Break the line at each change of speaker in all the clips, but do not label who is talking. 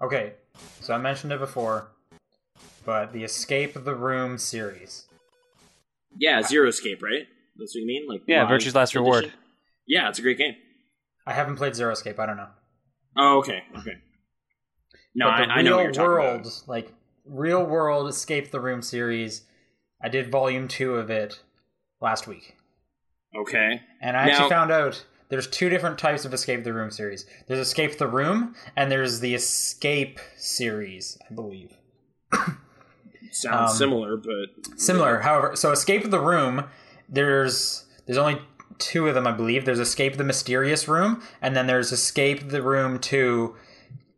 Okay, so I mentioned it before, but the Escape the Room series.
Yeah, Zero Escape, right? That's what you mean? Like
Yeah,
live
Virtue's Last
edition?
Reward.
Yeah, it's a great game.
I haven't played Zero Escape. I don't know.
Oh, okay, okay. No,
but
I,
the
I know
real
what you're talking
world,
about.
like real world Escape the Room series. I did volume two of it last week,
Okay,
and I
Now-
actually found out there's two different types of Escape the Room series. There's Escape the Room, and there's the Escape series, I believe.
sounds
Um,
similar, but
Similar, however, so Escape the Room, there's there's only two of them, I believe. There's Escape the Mysterious Room, and then there's Escape the Room to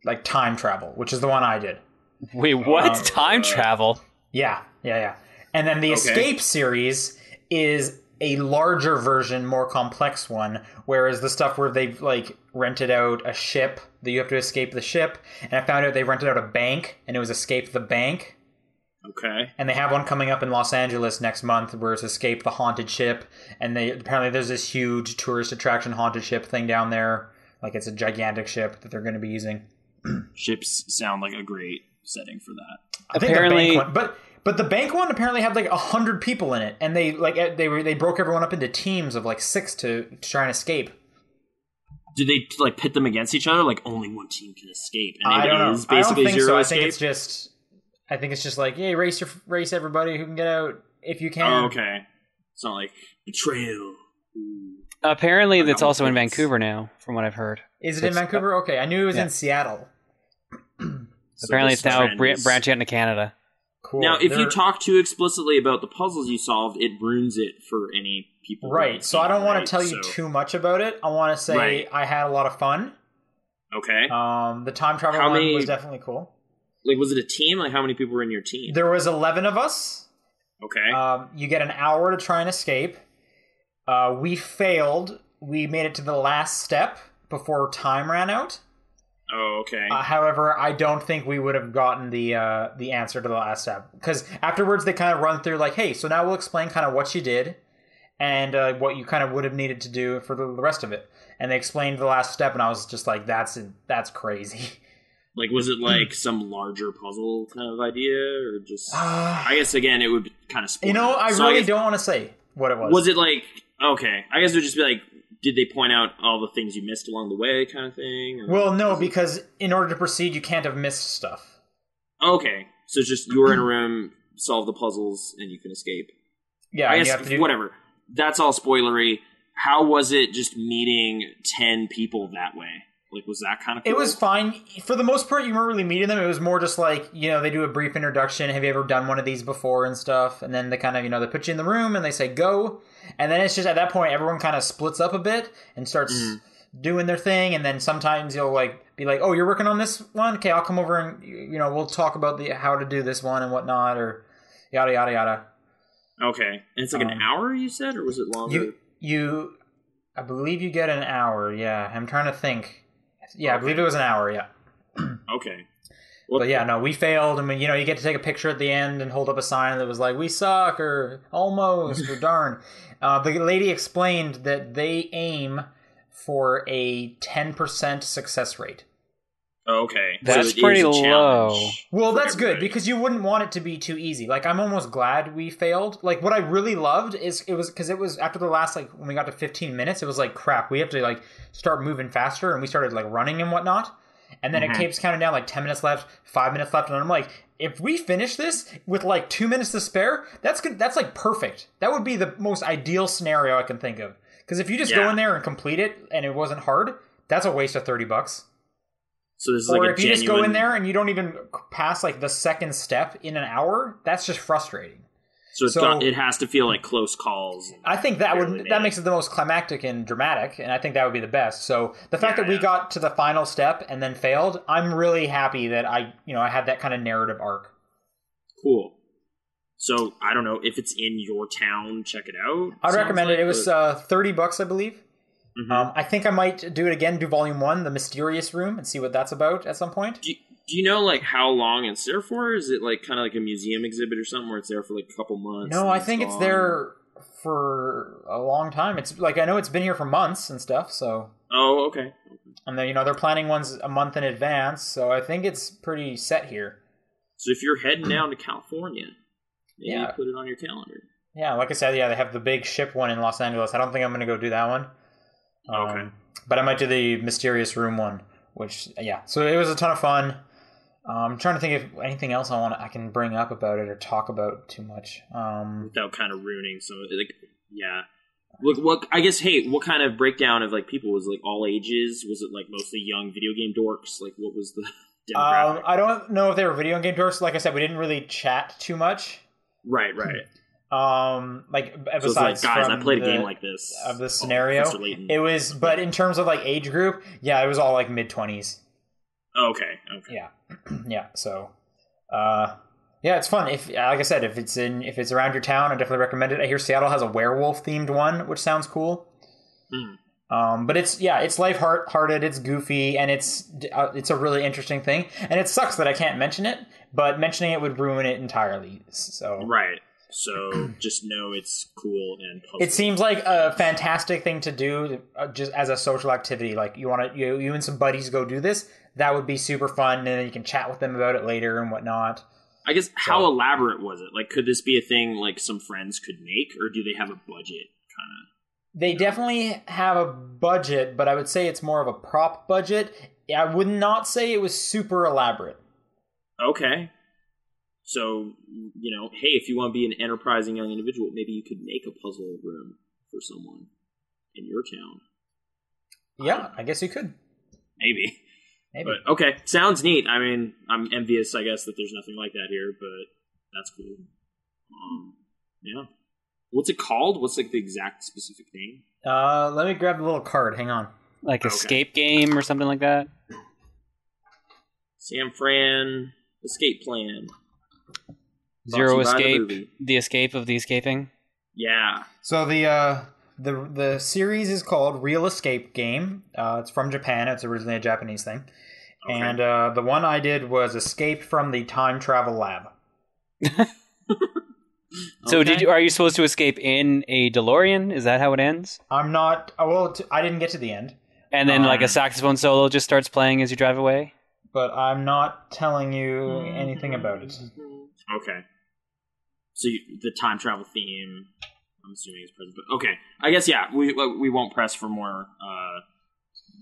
like time travel, which is the one I did.
Wait, what?
Oh,
Time
uh,
travel?
Yeah, yeah, yeah. And then the Escape series is a larger version, more complex one, whereas the stuff where they've like rented out a ship that you have to escape the ship, and I found out they rented out a bank and it was escape the bank.
Okay.
And they have one coming up in Los Angeles next month where it's escape the haunted ship, and they apparently there's this huge tourist attraction haunted ship thing down there. Like it's a gigantic ship that they're gonna be using.
Ships sound like a great setting for that.
I think the
Apparently-
bank one, but but the bank one apparently had like a hundred people in it, and they like eh, they were they broke everyone up into teams of like six to, to try and escape.
Do they like pit them against each other? Like only one team can escape, and
I
it
don't know.
is
I don't
basically
think
zero
so. I
escape.
think it's just I think it's just like yeah, race your race everybody who can get out if you can.
oh, okay. It's not like betrayal. Ooh.
Apparently, that's
Mountain
also in
States.
Vancouver now, from what I've heard.
Is it in
That's-
Vancouver? Okay, I knew it was
Yeah.
in Seattle.
So
Apparently,
this
it's now
trend
br-
is-
branching out into Canada.
Cool.
Now, if
They're-
you talk too explicitly about the puzzles you solved, it ruins it for any people.
right, so I don't want
right?
to tell you
So-
too much about it. I want to say
Right.
I had a lot of fun.
Okay.
Um, the time travel
How
one
many-
was definitely cool.
like, was it a team? Like, how many people were in your team?
There was eleven of us.
Okay.
Um, you get an hour to try and escape. Uh, we failed. We made it to the last step before time ran out.
oh, okay.
Uh, however, I don't think we would have gotten the uh, the answer to the last step because afterwards they kind of run through like, "Hey, so now we'll explain kind of what you did and uh, what you kind of would have needed to do for the the rest of it." And they explained the last step, and I was just like, "That's that's crazy."
like, was it like some larger puzzle kind of idea, or just?
Uh,
I guess again, it would kind of. Spoil
you know,
it.
I
So
really
guess-
don't want to say what it was.
Was it like okay? I guess it would just be like, did they point out all the things you missed along the way, kind of thing? Or,
Well, no, because in order to proceed, you can't have missed stuff.
okay, so it's just you were in a room, solve the puzzles, and you can escape.
Yeah,
I
and
guess
you have to do
whatever. That's all spoilery. How was it just meeting ten people that way? Like, was that kind of? Cool?
It was fine for the most part. You weren't really meeting them. It was more just like you know they do a brief introduction. Have you ever done one of these before and stuff? And then they kind of you know they put you in the room and they say go, and then it's just at that point everyone kind of splits up a bit and starts doing their thing. And then sometimes you'll like be like, oh, you're working on this one. Okay, I'll come over and you you know we'll talk about the how to do this one and whatnot or yada yada yada.
okay. And it's like an
Um,
hour, you said, or was it longer?
You you, I believe you get an hour. Yeah, I'm trying to think. Yeah, I believe it was an hour. Yeah.
okay. Well,
But yeah, no, we failed. I mean, you know, you get to take a picture at the end and hold up a sign that was like, "We suck" or "Almost" or "Darn." Uh, the lady explained that they aim for a ten percent success rate.
Okay,
That's
it is
pretty
a challenge
low.
Well,
for
that's good
everybody.
because you wouldn't want it to be too easy. Like, I'm almost glad we failed. Like, what I really loved is it was because it was after the last like when we got to 15 minutes, it was like crap. We have to like start moving faster, and we started like running and whatnot. And then
Mhm.
it keeps counting down like 10 minutes left, five minutes left, and I'm like, if we finish this with like two minutes to spare, that's good. That's like perfect. That would be the most ideal scenario I can think of. Because if you just go
Yeah.
in there and complete it, and it wasn't hard, that's a waste of 30 bucks
So this is
or
like a
if you just go in
genuine-
there and you don't even pass like the second step in an hour, that's just frustrating.
so it's
so-
got, it has to feel like close calls.
I think that
Barely
would
made
that
it.
makes it the most climactic and dramatic, and I think that would be the best. So the fact
Yeah,
that we
yeah.
got to the final step and then failed, I'm really happy that I you know I had that kind of narrative arc.
Cool. So I don't know if it's in your town. Check it out.
I'd
sounds
recommend
like,
it. It was
but-
uh, thirty bucks, I believe.
Mhm.
Um, I think I might do it again, do volume one, the mysterious room, and see what that's about at some point.
do, you, do you know like how long it's there for? Is it like kind of like a museum exhibit or something where it's there for like a couple months?
No,
and
I think it's
gone?
there for a long time. It's like I know it's been here for months and stuff. So
Oh, okay.
And then you know they're planning ones a month in advance, so I think it's pretty set here.
So if you're heading down to California, maybe
Yeah.
put it on your calendar.
Yeah, like I said, yeah, they have the big ship one in Los Angeles. I don't think I'm gonna go do that one. Um,
Okay.
But I might do the mysterious room one, which yeah. So it was a ton of fun. Um, I'm trying to think if anything else I want I can bring up about it or talk about too much. Um,
without kind of ruining some of like yeah look what i guess hey what kind of breakdown of like people was it, like all ages was it like mostly young video game dorks like what was the demographic
um, I don't know if they were video game dorks. Like I said, we didn't really chat too much.
right right
Um, like b-
so it's like
besides,
guys i
from
played a
the-
game like this
of the
Oh,
scenario,
Professor Layton.
It was, but in terms of like age group, yeah, it was all like mid twenties.
oh, okay okay
yeah yeah so uh yeah it's fun if like i said if it's in if it's around your town i definitely recommend it i hear seattle has a werewolf themed one which sounds cool
Hmm.
um but it's yeah it's life heart hearted it's goofy and it's uh, it's a really interesting thing and it sucks that i can't mention it but mentioning it would ruin it entirely so
right so just know it's cool and puzzle.
it seems like a fantastic thing to do uh, just as a social activity like you want to you, you and some buddies go do this that would be super fun and then you can chat with them about it later and whatnot
i guess how
so-
elaborate was it like could this be a thing like some friends could make or do they have a budget kind of
They definitely have a budget, but I would say it's more of a prop budget. I would not say it was super elaborate.
Okay. So, you know, hey, if you want to be an enterprising young individual, maybe you could make a puzzle room for someone in your town.
Yeah, I guess you could.
Maybe.
Maybe.
But okay, sounds neat. I mean, I'm envious, I guess, that there's nothing like that here, but that's cool. Um, yeah. What's it called? What's like the exact specific name?
Uh, let me grab the little card. Hang on.
Like
Okay.
escape game or something like that.
San Fran Escape Plan. Brought to
Zero
you by the
escape. The,
movie.
escape of the escaping.
Yeah.
So the uh, the the series is called Real Escape Game. Uh, it's from Japan. It's originally a Japanese thing.
Okay.
And uh, the one I did was Escape from the Time Travel Lab.
So
Okay.
did you? Are you supposed to escape in a DeLorean? Is that how it ends?
I'm not. oh, Well, t- I didn't get to the end,
And then like
Um,
a saxophone solo just starts playing as you drive away.
but I'm not telling you anything about it.
Okay. So you, the time travel theme, I'm assuming is present. But okay, I guess yeah, we we won't press for more uh,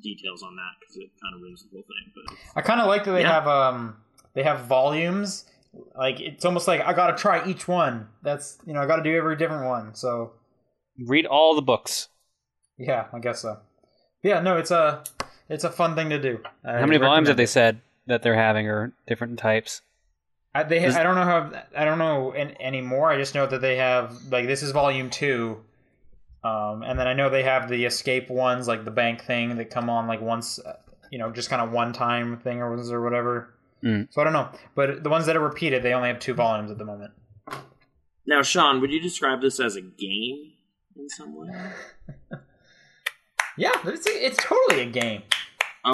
details on that because it kind of ruins the whole thing.
I
But
kind of like that they
Yeah.
have um they have volumes. Like it's almost like I got to try each one. That's you know I got to do every different one. So
Read all the books.
yeah, I guess so. Yeah, no, it's a it's a fun thing to do.
how many volumes have they said that they're having or different types?
I, they
Is-
I don't know how I don't know an, anymore. I just know that they have like this is volume two. Um, and then I know they have the escape ones, like the bank thing that come on like once, uh, you know, just kind of one time thing or or whatever.
Mm.
So I don't know, but the ones that are repeated, they only have two volumes at the moment.
now, Sean, would you describe this as a game in some way?
Yeah, but it's it's totally a game.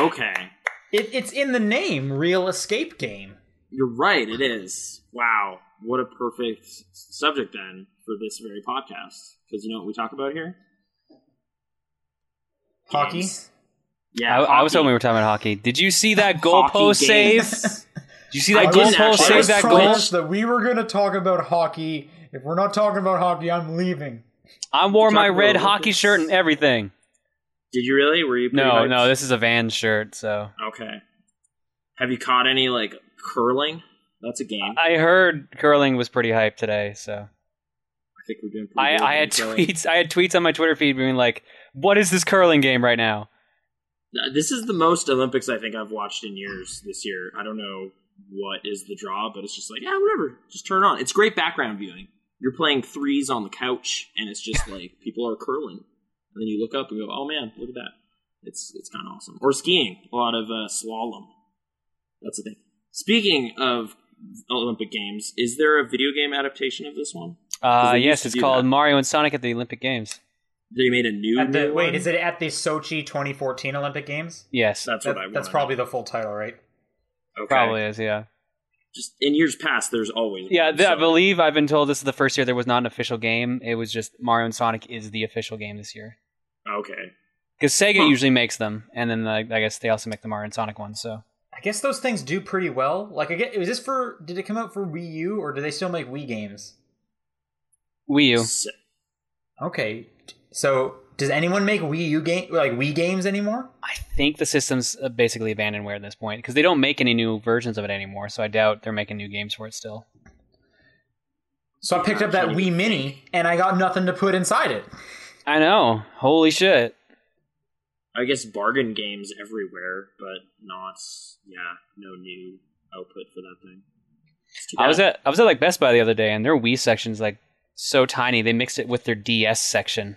Okay,
It, it's in the name, real escape game.
you're right. It is. Wow, what a perfect s- subject then for this very podcast because you know what we talk about here?
Hockey.
Games. Yeah,
I, I was
hockey.
hoping we were talking about hockey. Did you see that
Hockey
goalpost save?
games.
Did you see
I
that
didn't
goalpost
actually- I
save?
was
That
trying
goal?
to-
that we were going to talk about hockey. If we're not talking about hockey, I'm leaving.
I wore
Talking
my
about
red
Olympics.
hockey shirt and everything.
Did you really? Were you? pretty
No,
hyped?
no, this is a van shirt. So
Okay. Have you caught any like curling? That's a game. I,
I heard curling was pretty hype today. So
think we're doing. Pretty
I,
good
I
in
had
curling.
tweets. I had tweets on my Twitter feed being like, "What is this curling game right now?"
Uh, This is the most Olympics I think I've watched in years this year. I don't know what is the draw, but it's just like yeah, whatever. Just turn it on. It's great background viewing. You're playing threes on the couch, and it's just like people are curling, and then you look up and go, "Oh man, look at that! It's it's kind of awesome." Or skiing, a lot of uh, slalom. That's the thing. Speaking of Olympic games, is there a video game adaptation of this one?
Uh,
they used
yes,
to
it's
do
called
that.
Mario and Sonic at the Olympic Games.
They made a new.
At the,
new
wait,
one?
is it at the Sochi 2014 Olympic Games?
Yes,
That's
That-
what I.
that's
wanted.
probably the full title, right?
Okay.
probably is. Yeah,
Just in years past, there's always.
yeah.
one,
th- I
so-
believe I've been told this is the first year there was not an official game. It was just Mario and Sonic is the official game this year.
Okay.
because Sega
Huh.
usually makes them, and then like I guess they also make the Mario and Sonic ones. So
I guess those things do pretty well. Like, I get, was this for, did it come out for Wii U or do they still make Wii games?
Wii U,
S-
Okay. So, does anyone make Wii U game, like Wii games anymore?
I think the system's uh, basically abandonware at this point because they don't make any new versions of it anymore. So I doubt they're making new games for it still.
So I picked up that Wii Mini and I got nothing to put inside it.
I know. Holy shit.
I guess bargain games everywhere, but not yeah, no new output for that thing. It's too
I was
bad.
at I was at like Best Buy the other day, and their Wii section's like so tiny. They mixed it with their DS section,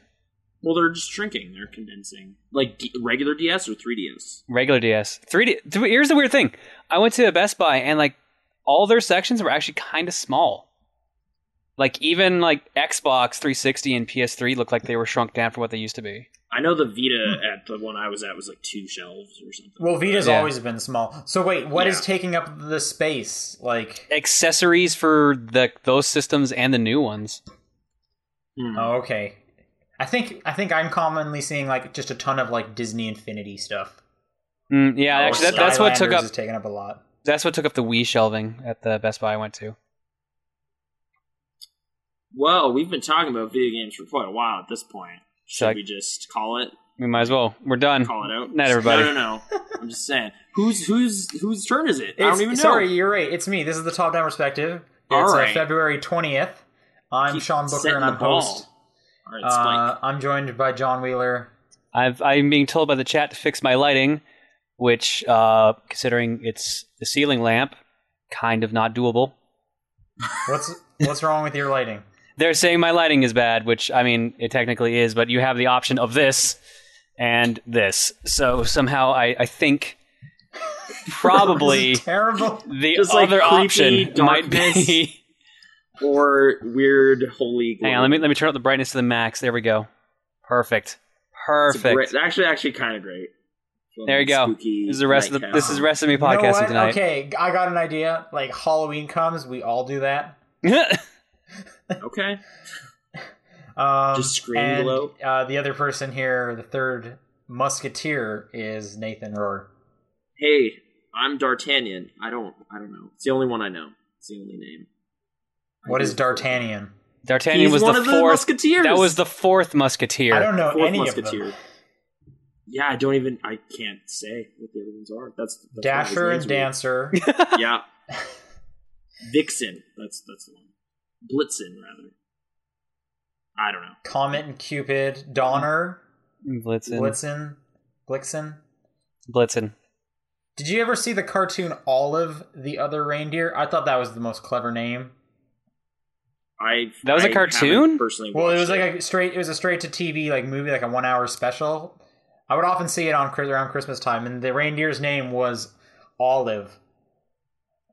well, they're just shrinking. They're condensing, like D- regular DS or 3DS.
regular DS, 3D. th- Here's the weird thing: I went to a Best Buy, and like all their sections were actually kind of small. Like even like Xbox 360 and PS3 looked like they were shrunk down for what they used to be.
I know the
Hmm.
Vita at the one I was at was like two shelves or something.
Well, Vita's
Yeah.
always been small. So wait, what is
Yeah.
taking up the space? Like,
Accessories for the those systems and the new ones.
Hmm.
oh, okay. I think I think I'm commonly seeing like just a ton of like Disney Infinity stuff.
Mm, yeah,
Oh,
actually, that, that's what took
Skylanders
up
is taking up a lot.
that's what took up the Wii shelving at the Best Buy I went to.
Well, we've been talking about video games for quite a while at this point. Should
Should I-
we just call it?
We might as well. We're done.
Call it out?
Not everybody.
No, no, no. I'm just saying. Whose whose whose turn is it? I
It's-
don't even know.
Sorry, you're right. It's me. This is the top down perspective. It's
All
uh,
right.
February 20th. I'm
Keep
Sean Booker
setting
and
the
I'm host.
All right, Spike.
Uh, I'm joined by John Wheeler.
I've, I'm being told by the chat to fix my lighting, which, uh, considering it's the ceiling lamp, kind of not doable.
What's what's wrong with your lighting?
They're saying my lighting is bad, which I mean it technically is, but you have the option of this and this. So somehow I, I think probably
This is terrible.
the
Just like
other
creepy
option might
darkness.
be.
Or weird holy.
Hang
glow.
on, let me let me turn up the brightness to the max. There we go. Perfect.
It's a
Perfect.
Great, actually, actually, kind of great.
There you go.
Spooky
this is the rest of the
nightcap.
this is rest of me
You know
podcasting
what?
tonight.
Okay, I got an idea. Like Halloween comes, we all do that.
okay.
Um,
Just scream
and,
glow?
Uh, the other person here, the third musketeer, is Nathan Rohr.
Hey, I'm D'Artagnan. I don't. I don't know. It's the only one I know. It's the only name.
What is D'Artagnan?
D'Artagnan
He's
was
one
the
of the
fourth
musketeers.
That was the fourth Musketeer.
I don't know
fourth
Oh, any
musketeer.
of them.
Yeah, I don't even. I can't say what the other ones are. That's, that's
Dasher and
one of his names
Dancer.
we- yeah. Vixen. That's that's the one. Blitzen rather. I don't know.
Comet and Cupid, Donner,
Blitzen.
Blitzen, Blixen.
Blitzen.
Did you ever see the cartoon Olive, the Other Reindeer? I thought that was the most clever name.
I
That was a
I
cartoon?
haven't Personally,
Well, it
watched
was like a straight. It was a straight to TV like movie, like a one hour special. I would often see it on Chris- around Christmas time, and the reindeer's name was Olive.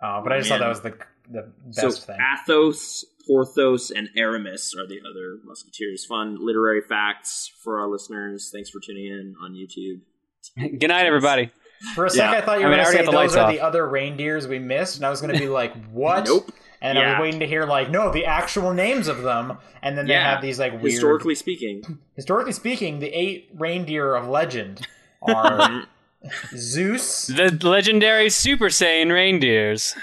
Uh, but I just thought that
Man.
was the the best
so
thing.
Athos, Porthos, and Aramis are the other musketeers. Fun literary facts for our listeners. Thanks for tuning in on YouTube.
Good night, everybody.
For a sec,
Yeah.
I thought you
I
were
mean, I
going to
already
say
got the lights
those are
off.
the other reindeers we missed, and I was going to be like, "What?"
Nope.
And I
Yeah.
was waiting to hear like, "No, the actual names of them." And then they
Yeah.
have these like weird.
Historically speaking,
historically speaking, the eight reindeer of legend are Zeus.
The legendary Super Saiyan reindeers.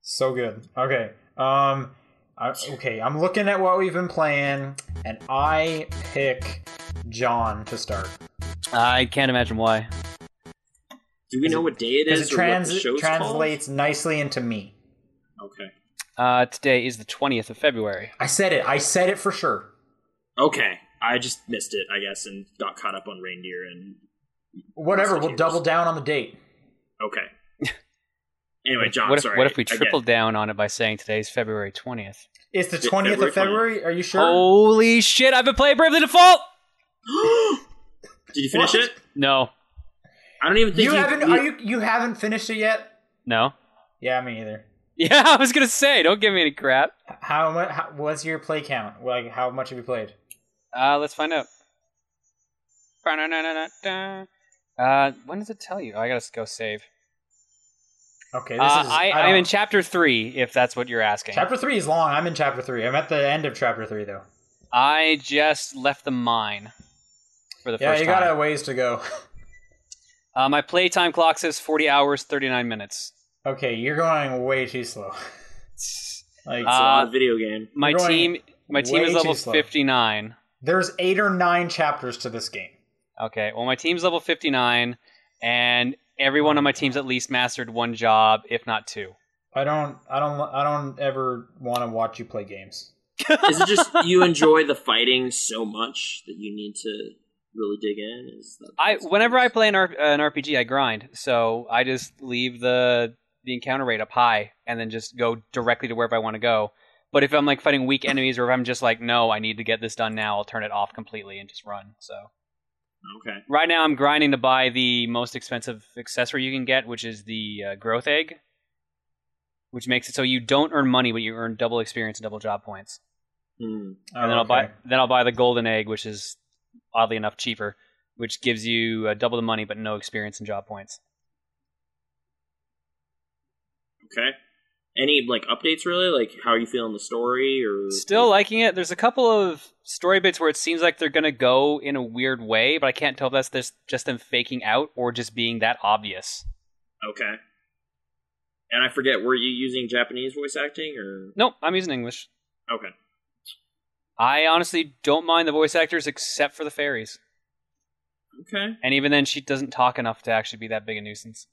So good. Okay. Um. I, okay. I'm looking at what we've been playing, and I pick John to start
I can't imagine why.
do we
Is
know
it-
what day it
because
is?
it
or what the
trans-
show's
translates nicely into me.
Called? Okay.
Uh, today is the twentieth of February.
I said it. I said it for sure.
Okay. I just missed it, I guess, and got caught up on reindeer and
Whatever. We'll
Messages.
double down on the date.
okay. Anyway, John,
what if
sorry.
what if we
Again,
tripled down on it by saying today's February twentieth?
It's the
Fe-
twentieth of
February
February. Are you sure?
Holy shit! I've been playing Bravely Default.
Did you finish
What?
it?
No,
I don't even think
you
you,
haven't. Are you? You haven't finished it yet?
no.
Yeah, me either.
Yeah, I was gonna say, don't give me any crap.
H- How much? How, what's your play count? Like, how much have you played?
Uh, let's find out. Ba-na-na-na-na-na. Uh, when does it tell you? Oh, I gotta go save.
Okay, this
Uh,
is.
I,
don't-
I'm in chapter three, if that's what you're asking.
chapter three is long. I'm in chapter three. I'm at the end of chapter three though.
I just left the mine. for the
Yeah,
first
you
time.
got a ways to go.
Uh, my playtime clock says 40 hours, 39 minutes.
Okay, you're going way too slow. Like
It's a
Uh,
lot of video game.
My
You're going
team, my team
way
is
too
level
slow.
59.
there's eight or nine chapters to this game.
Okay, well, my team's level 59, and everyone on my team's at least mastered one job, if not two.
I don't I don't I don't ever want to watch you play games.
Is it just you enjoy the fighting so much that you need to really dig in? Is that
I whenever I play an, R- an RPG, I grind, so I just leave the the encounter rate up high, and then just go directly to wherever I want to go. But if I'm like fighting weak enemies, or if I'm just like, no, I need to get this done now, I'll turn it off completely and just run. So
okay.
right now, I'm grinding to buy the most expensive accessory you can get, which is the uh, growth egg, which makes it so you don't earn money, but you earn double experience and double job points.
Hmm.
Oh,
and then I'll buy
okay.
then I'll buy the golden egg, which is oddly enough cheaper, which gives you uh, double the money but no experience and job points.
Okay. Any like updates really? Like how are you feeling the story or
Still liking it. There's a couple of story bits where it seems like they're gonna go in a weird way, but I can't tell if that's this, just them faking out or just being that obvious.
Okay. And I forget, were you using Japanese voice acting or
Nope, I'm using English.
Okay.
I honestly don't mind the voice actors except for the fairies,
Okay.
and even then, she doesn't talk enough to actually be that big a nuisance.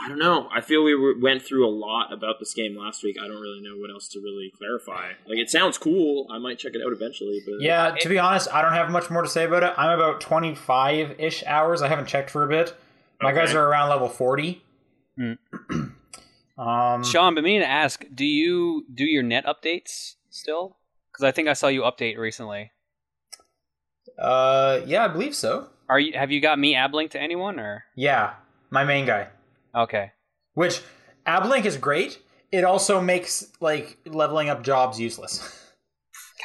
I don't know. I feel we were, went through a lot about this game last week. I don't really know what else to really clarify. Like it sounds cool. I might check it out eventually, but
Yeah, to be honest, I don't have much more to say about it. I'm about 25 ish hours. I haven't checked for a bit. My
Okay.
guys are around level 40.
Hmm.
um,
Sean, but me to ask, do you do your net updates still? Because I think I saw you update recently.
uh, yeah, I believe so.
Are you have you got me ab linked to anyone or
Yeah, my main guy.
okay?
Which Ablink is great. It also makes like leveling up jobs useless.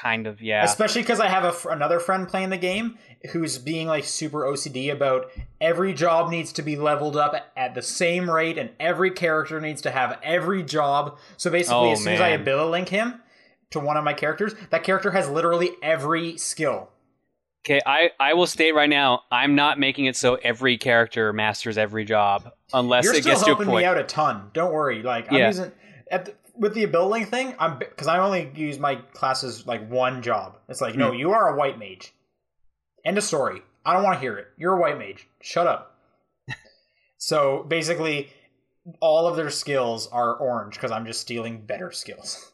Kind of, yeah.
Especially because I have a fr- another friend playing the game who's being like super OCD about every job needs to be leveled up at the same rate, and every character needs to have every job. So basically,
Oh,
as soon as I
man.
ability link him to one of my characters, that character has literally every skill.
Okay, I I will state right now, I'm not making it so every character masters every job unless
You're
it
still
gets to a
helping me
point.
out a ton. Don't worry. Like I'm
Yeah.
using at the, with the ability link thing. I'm because I only use my classes like one job. It's like
Hmm.
no, you are a white mage. End of story. I don't want to hear it. You're a white mage. Shut up. so basically, all of their skills are orange because I'm just stealing better skills.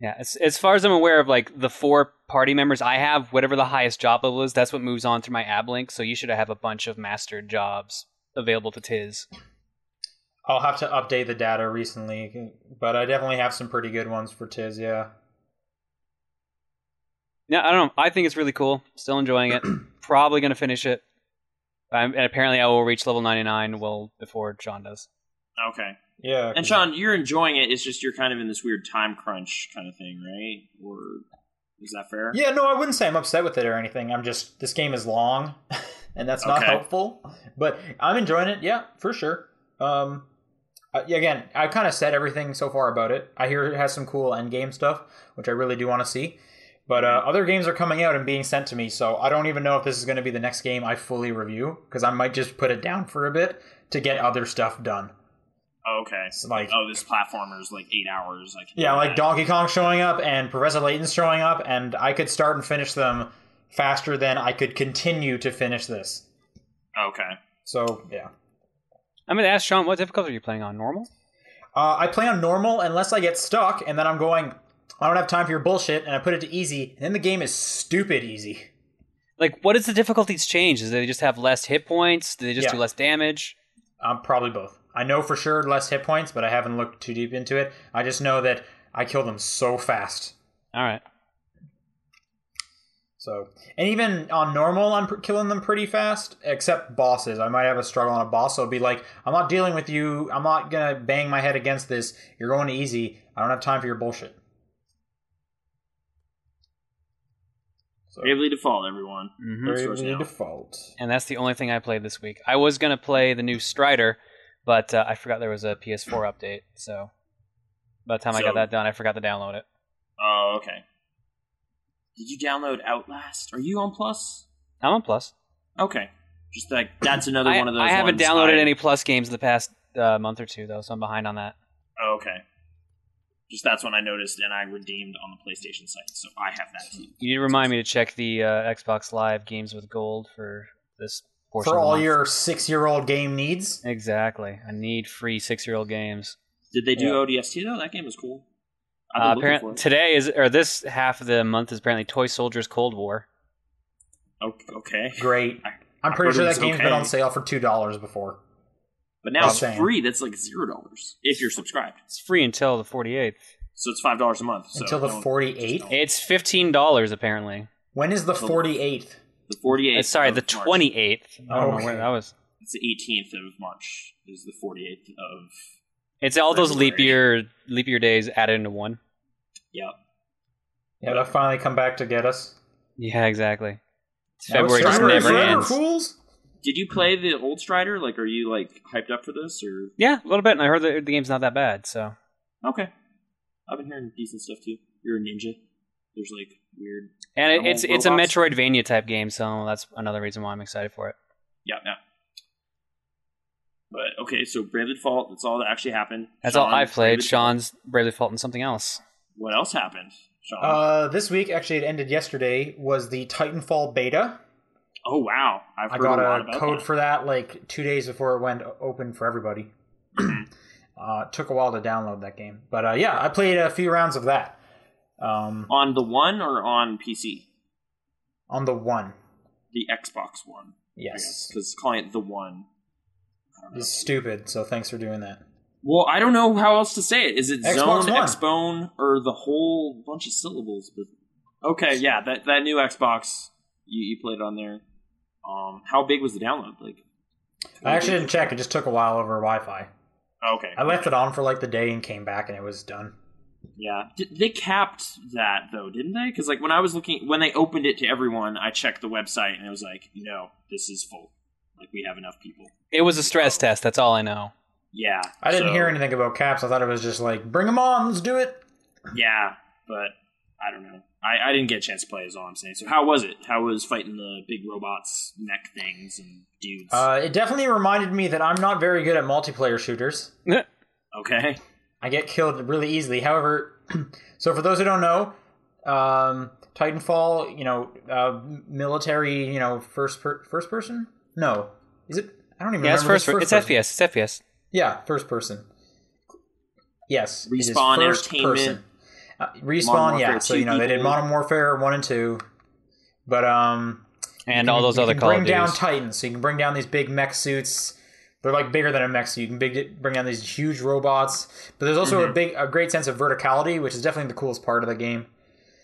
Yeah, as, as far as I'm aware of, like the four party members I have, whatever the highest job level is, that's what moves on through my ab link. So you should have a bunch of mastered jobs available to Tiz.
I'll have to update the data recently, but I definitely have some pretty good ones for Tiz. Yeah.
Yeah, I don't know. I think it's really cool. Still enjoying it. Probably gonna finish it. Um, and apparently, I will reach level 99 well before Sean does.
Okay.
Yeah.
And Sean, you're enjoying it. It's just you're kind of in this weird time crunch kind of thing, right? Or is that fair?
Yeah, no, I wouldn't say I'm upset with it or anything. I'm just this game is long, and that's not
Okay.
helpful. But I'm enjoying it. Yeah, for sure. Um, uh, yeah, again, I kind of said everything so far about it. I hear it has some cool end game stuff, which I really do want to see. But uh, other games are coming out and being sent to me, so I don't even know if this is going to be the next game I fully review because I might just put it down for a bit to get other stuff done.
Okay.
It's like
Oh, this platformer's like eight hours. I can
yeah,
do
like
that.
Donkey Kong showing up and Professor Layton's showing up, and I could start and finish them faster than I could continue to finish this.
Okay.
So yeah,
I'm gonna ask Sean, what difficulty are you playing on? Normal?
uh, I play on normal unless I get stuck, and then I'm going. I don't have time for your bullshit, and I put it to easy, and then the game is stupid easy.
Like, what is the difficulties change? Is they just have less hit points? Do they just
Yeah.
do less damage?
Um, probably both. I know for sure less hit points, but I haven't looked too deep into it. I just know that I kill them so fast.
All right.
So, and even on normal, I'm pr- killing them pretty fast, except bosses. I might have a struggle on a boss. So it'll be like, I'm not dealing with you. I'm not going to bang my head against this. You're going easy. I don't have time for your bullshit. So,
Bravely Default, everyone.
hmm
very
source now.
default.
And that's the only thing I played this week. I was gonna play the new Strider, but uh, I forgot there was a PS4 update. So by the time I
So-
got that done, I forgot to download it.
Oh, okay. Did you download Outlast? Are you on Plus?
I'm on Plus.
Okay, just like that's another
I,
one of those.
I haven't
ones
downloaded
I-
any Plus games in the past uh, month or two though, so I'm behind on that.
Oh, okay, just that's one I noticed, and I redeemed on the PlayStation site, so I have that too.
You need to remind me to check the uh, Xbox Live games with gold for this portion.
for
of the
all
month.
your six-year-old game needs.
exactly. I need free six-year-old games.
Did they do
Yeah.
ODST though? That game is cool. I've been
Uh,
looking
apparently,
for it.
today is or this half of the month is apparently Toy Soldiers Cold War.
O- okay,
Great.
I-
I'm
I
pretty
heard
sure
it
that
was
game's
okay.
been on sale for two dollars before.
but now it's
Same.
free. That's like zero dollars if you're subscribed.
It's free until the 48th.
So it's five dollars a month. So
Until the
don't-
48th?
just don't.
It's fifteen dollars apparently.
When is the
Cool.
48th?
The forty
Uh,
eighth.
sorry, the 28th. I don't know
Okay.
when that was.
It's the eighteenth of March. Is the forty eighth of
It's all those leap
February.
year leap year days added into one.
yeah.
Yeah, they'll finally come back to get us.
Yeah, exactly. It's
That was
February just
Strider
never
Forever,
ends.
Fools.
Did you play the old Strider? Like, are you like hyped up for this or
Yeah, a little bit, and I heard that the game's not that bad. So
okay? I've been hearing decent stuff too. You're a ninja. There's like weird.
And it,
Normal
it's it's a
robots?
Metroidvania type game, so that's another reason why I'm excited for it.
Yeah, yeah. But okay, so Bravely Default. That's all that actually happened.
That's all
Sean,
I've played.
Bravely Default.
Sean's Bravely Default and something else.
What else happened, Sean?
Uh, this week, actually, it ended yesterday. Was the Titanfall beta?
oh wow, I've
I
heard
got
a lot
a,
about
code
that.
for that like two days before it went o- open for everybody. uh, it took a while to download that game, but uh, yeah, I played a few rounds of that um,
on the one or on PC,
on the one.
the Xbox One.
Yes,
because calling it the one. I don't know.
it's stupid. So thanks for doing that.
Well, I don't know how else to say it. Is it
Xbox
Zone,
One.
Xbone, or the whole bunch of syllables? But okay, yeah, that that new Xbox you, you played it on there. Um, how big was the download? Like,
I actually didn't check. It just took a while over Wi-Fi.
Okay,
I left it on for like the day and came back and it was done.
yeah, D- they capped that though, didn't they? Because like when I was looking, when they opened it to everyone, I checked the website and it was like, no, this is full. Like we have enough people.
It was a stress
Oh.
test. That's all I know.
Yeah,
I didn't
so-
hear anything about caps. I thought it was just like, bring them on, let's do it.
Yeah, but I don't know. I, I didn't get a chance to play. Is all I'm saying. So how was it? How was fighting the big robots, mech things, and dudes?
Uh, it definitely reminded me that I'm not very good at multiplayer shooters.
okay,
I get killed really easily. However, so for those who don't know, um, Titanfall, you know, uh, military, you know, first per- first person. No, is it? I don't even.
Yeah, it's
remember.
first.
if
it's E
person.
FPS. It's FPS.
Yeah, first person. Yes, it is
Respawn
first
Entertainment.
person. Uh,
Modern
respawn,
Warfare
yeah. So
2
you know they did
people.
Modern Warfare one and two, but um,
And
you
all
can-
those
you
other
can
Call
bring
of
down
Duties.
titans so you can bring down these big mech suits they're like bigger than a mech suit you can big, bring down these huge robots but there's also
Mm-hmm.
a big a great sense of verticality which is definitely the coolest part of the game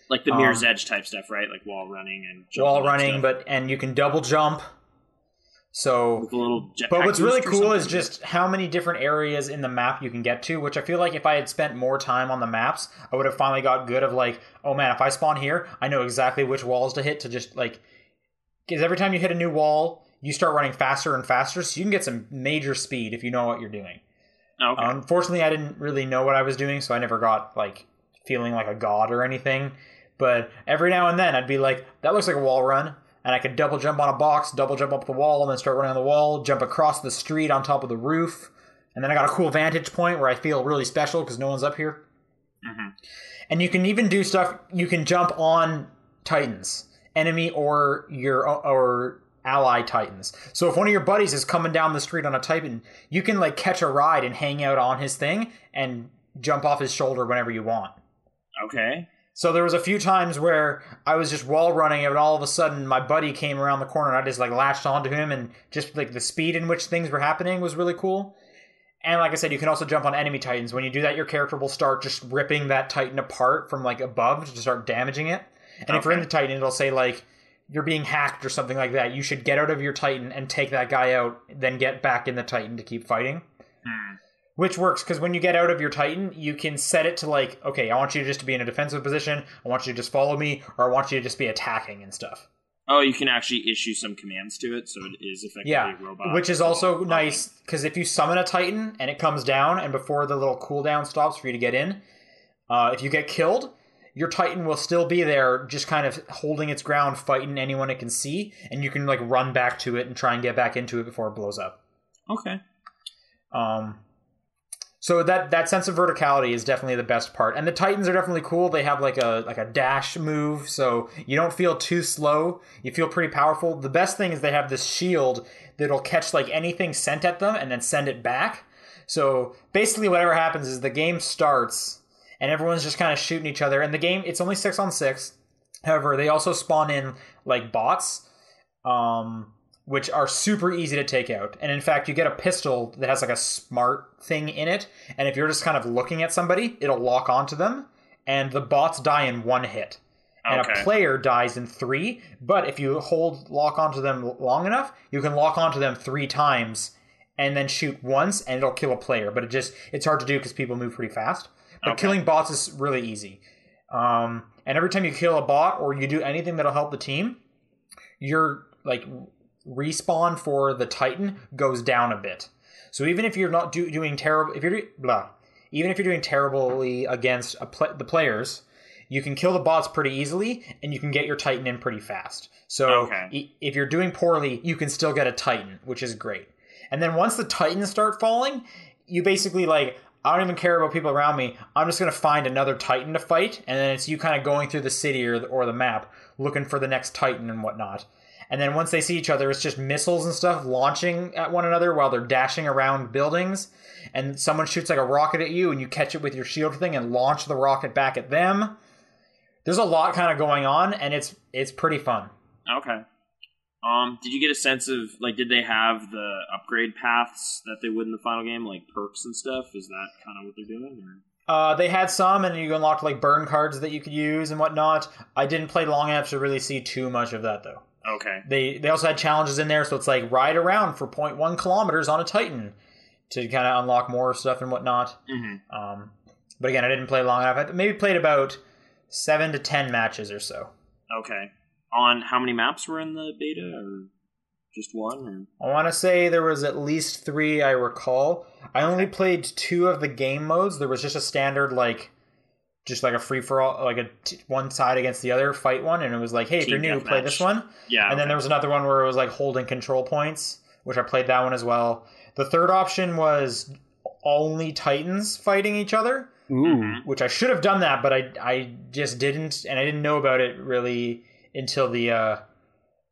like the
Um,
Mirror's Edge type stuff, right? Like wall running and jumping
wall
and
running
stuff.
but and you can double jump so
with a little jetpack
but what's really
boost or
cool is
something?
just how many different areas in the map you can get to which i feel like if i had spent more time on the maps i would have finally got good of like oh man if i spawn here i know exactly which walls to hit to just like because every time you hit a new wall you start running faster and faster so you can get some major speed if you know what you're doing
Oh, okay.
Unfortunately, I didn't really know what I was doing, so I never got like feeling like a god or anything. But every now and then, I'd be like, "That looks like a wall run," and I could double jump on a box, double jump up the wall, and then start running on the wall, jump across the street on top of the roof, and then I got a cool vantage point where I feel really special because no one's up here.
Mhm.
And you can even do stuff. You can jump on titans, enemy or your or ally titans. So if one of your buddies is coming down the street on a titan, you can like catch a ride and hang out on his thing and jump off his shoulder whenever you want.
okay.
So there was a few times where I was just wall running, and all of a sudden my buddy came around the corner, and I just like latched onto him, and just like the speed in which things were happening was really cool. And like I said, you can also jump on enemy titans. When you do that, your character will start just ripping that titan apart from like above to start damaging it. And if you're
Okay.
in the titan, it'll say like you're being hacked or something like that. You should get out of your titan and take that guy out, then get back in the titan to keep fighting
Hmm.
which works because when you get out of your titan you can set it to like okay i want you just to be in a defensive position i want you to just follow me or i want you to just be attacking and stuff
Oh, you can actually issue some commands to it, so it is effectively
yeah
a robot, Um,
which is also
Okay.
nice because if you summon a titan and it comes down and before the little cooldown stops for you to get in uh, if you get killed your Titan will still be there, just kind of holding its ground, fighting anyone it can see, and you can like run back to it and try and get back into it before it blows up.
Okay.
Um, so that that sense of verticality is definitely the best part, and the Titans are definitely cool. They have like a like a dash move, so you don't feel too slow. You feel pretty powerful. The best thing is they have this shield that'll catch like anything sent at them and then send it back. So basically, whatever happens is the game starts and everyone's just kind of shooting each other. And the game it's only six on six. However, they also spawn in like bots. Um, which are super easy to take out. And in fact, you get a pistol that has like a smart thing in it, and if you're just kind of looking at somebody, it'll lock onto them, and the bots die in one hit. And
Okay.
a player dies in three, but if you hold lock onto them long enough, you can lock onto them three times and then shoot once and it'll kill a player. But it just it's hard to do because people move pretty fast. But
Okay.
killing bots is really easy. Um, and every time you kill a bot or you do anything that'll help the team, your like respawn for the Titan goes down a bit. So even if you're not do, doing terrible, if you're do, blah, even if you're doing terribly against a pl- the players, you can kill the bots pretty easily, and you can get your Titan in pretty fast. So
Okay.
i- if you're doing poorly, you can still get a Titan, which is great. And then once the Titans start falling, you basically like I don't even care about people around me. I'm just gonna find another Titan to fight, and then it's you kind of going through the city or the, or the map looking for the next Titan and whatnot. And then once they see each other, it's just missiles and stuff launching at one another while they're dashing around buildings. And someone shoots like a rocket at you, and you catch it with your shield thing and launch the rocket back at them. There's a lot kind of going on, and it's it's pretty fun.
Okay. Um, did you get a sense of like did they have the upgrade paths that they would in the final game, like perks and stuff? Is that kind of what they're doing? Or?
Uh, they had some, and you unlocked like burn cards that you could use and whatnot. I didn't play long enough to really see too much of that though.
Okay.
They they also had challenges in there, so it's like ride around for 0.1 kilometers on a Titan to kind of unlock more stuff and whatnot.
Mm-hmm.
Um, but again, I didn't play long enough. I maybe played about seven to ten matches or so.
Okay. On how many maps were in the beta, or just one? Or
I want to say there was at least three I recall. I only played two of the game modes. There was just a standard like, just like a free for all, like a t- one side against the other fight one, and it was like, hey, if
Team
you're new, play
deathmatch.
this one.
yeah.
And then there was another one where it was like holding control points, which I played that one as well. The third option was only Titans fighting each other,
Ooh.
which I should have done that, but I I just didn't, and I didn't know about it really until the uh,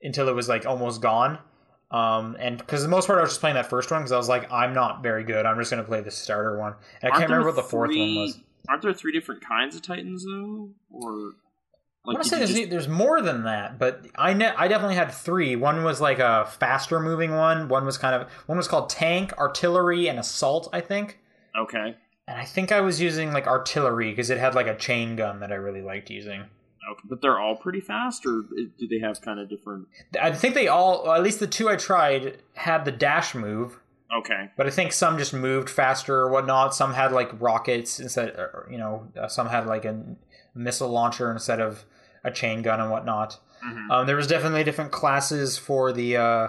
until it was like almost gone. Um, and because the most part I was just playing that first one because I was like, I'm not very good. I'm just gonna play the starter one. And I
Aren't
can't remember what
there
the fourth one
three-
was.
Aren't there three different kinds of titans though? Or
I want
did
to say
you
there's, e,
just-
there's more than that, but I ne- I definitely had three. One was like a faster moving one. One was kind of one was called tank, artillery, and assault. I think,
okay,
and I think I was using like artillery because it had like a chain gun that I really liked using.
okay, but they're all pretty fast, or do they have kind of different?
I think they all, well, at least the two I tried, had the dash move,
Okay,
but I think some just moved faster or whatnot. Some had like rockets instead, or, you know, uh, some had like a missile launcher instead of a chain gun and whatnot.
Mhm.
Um, there was definitely different classes for the uh,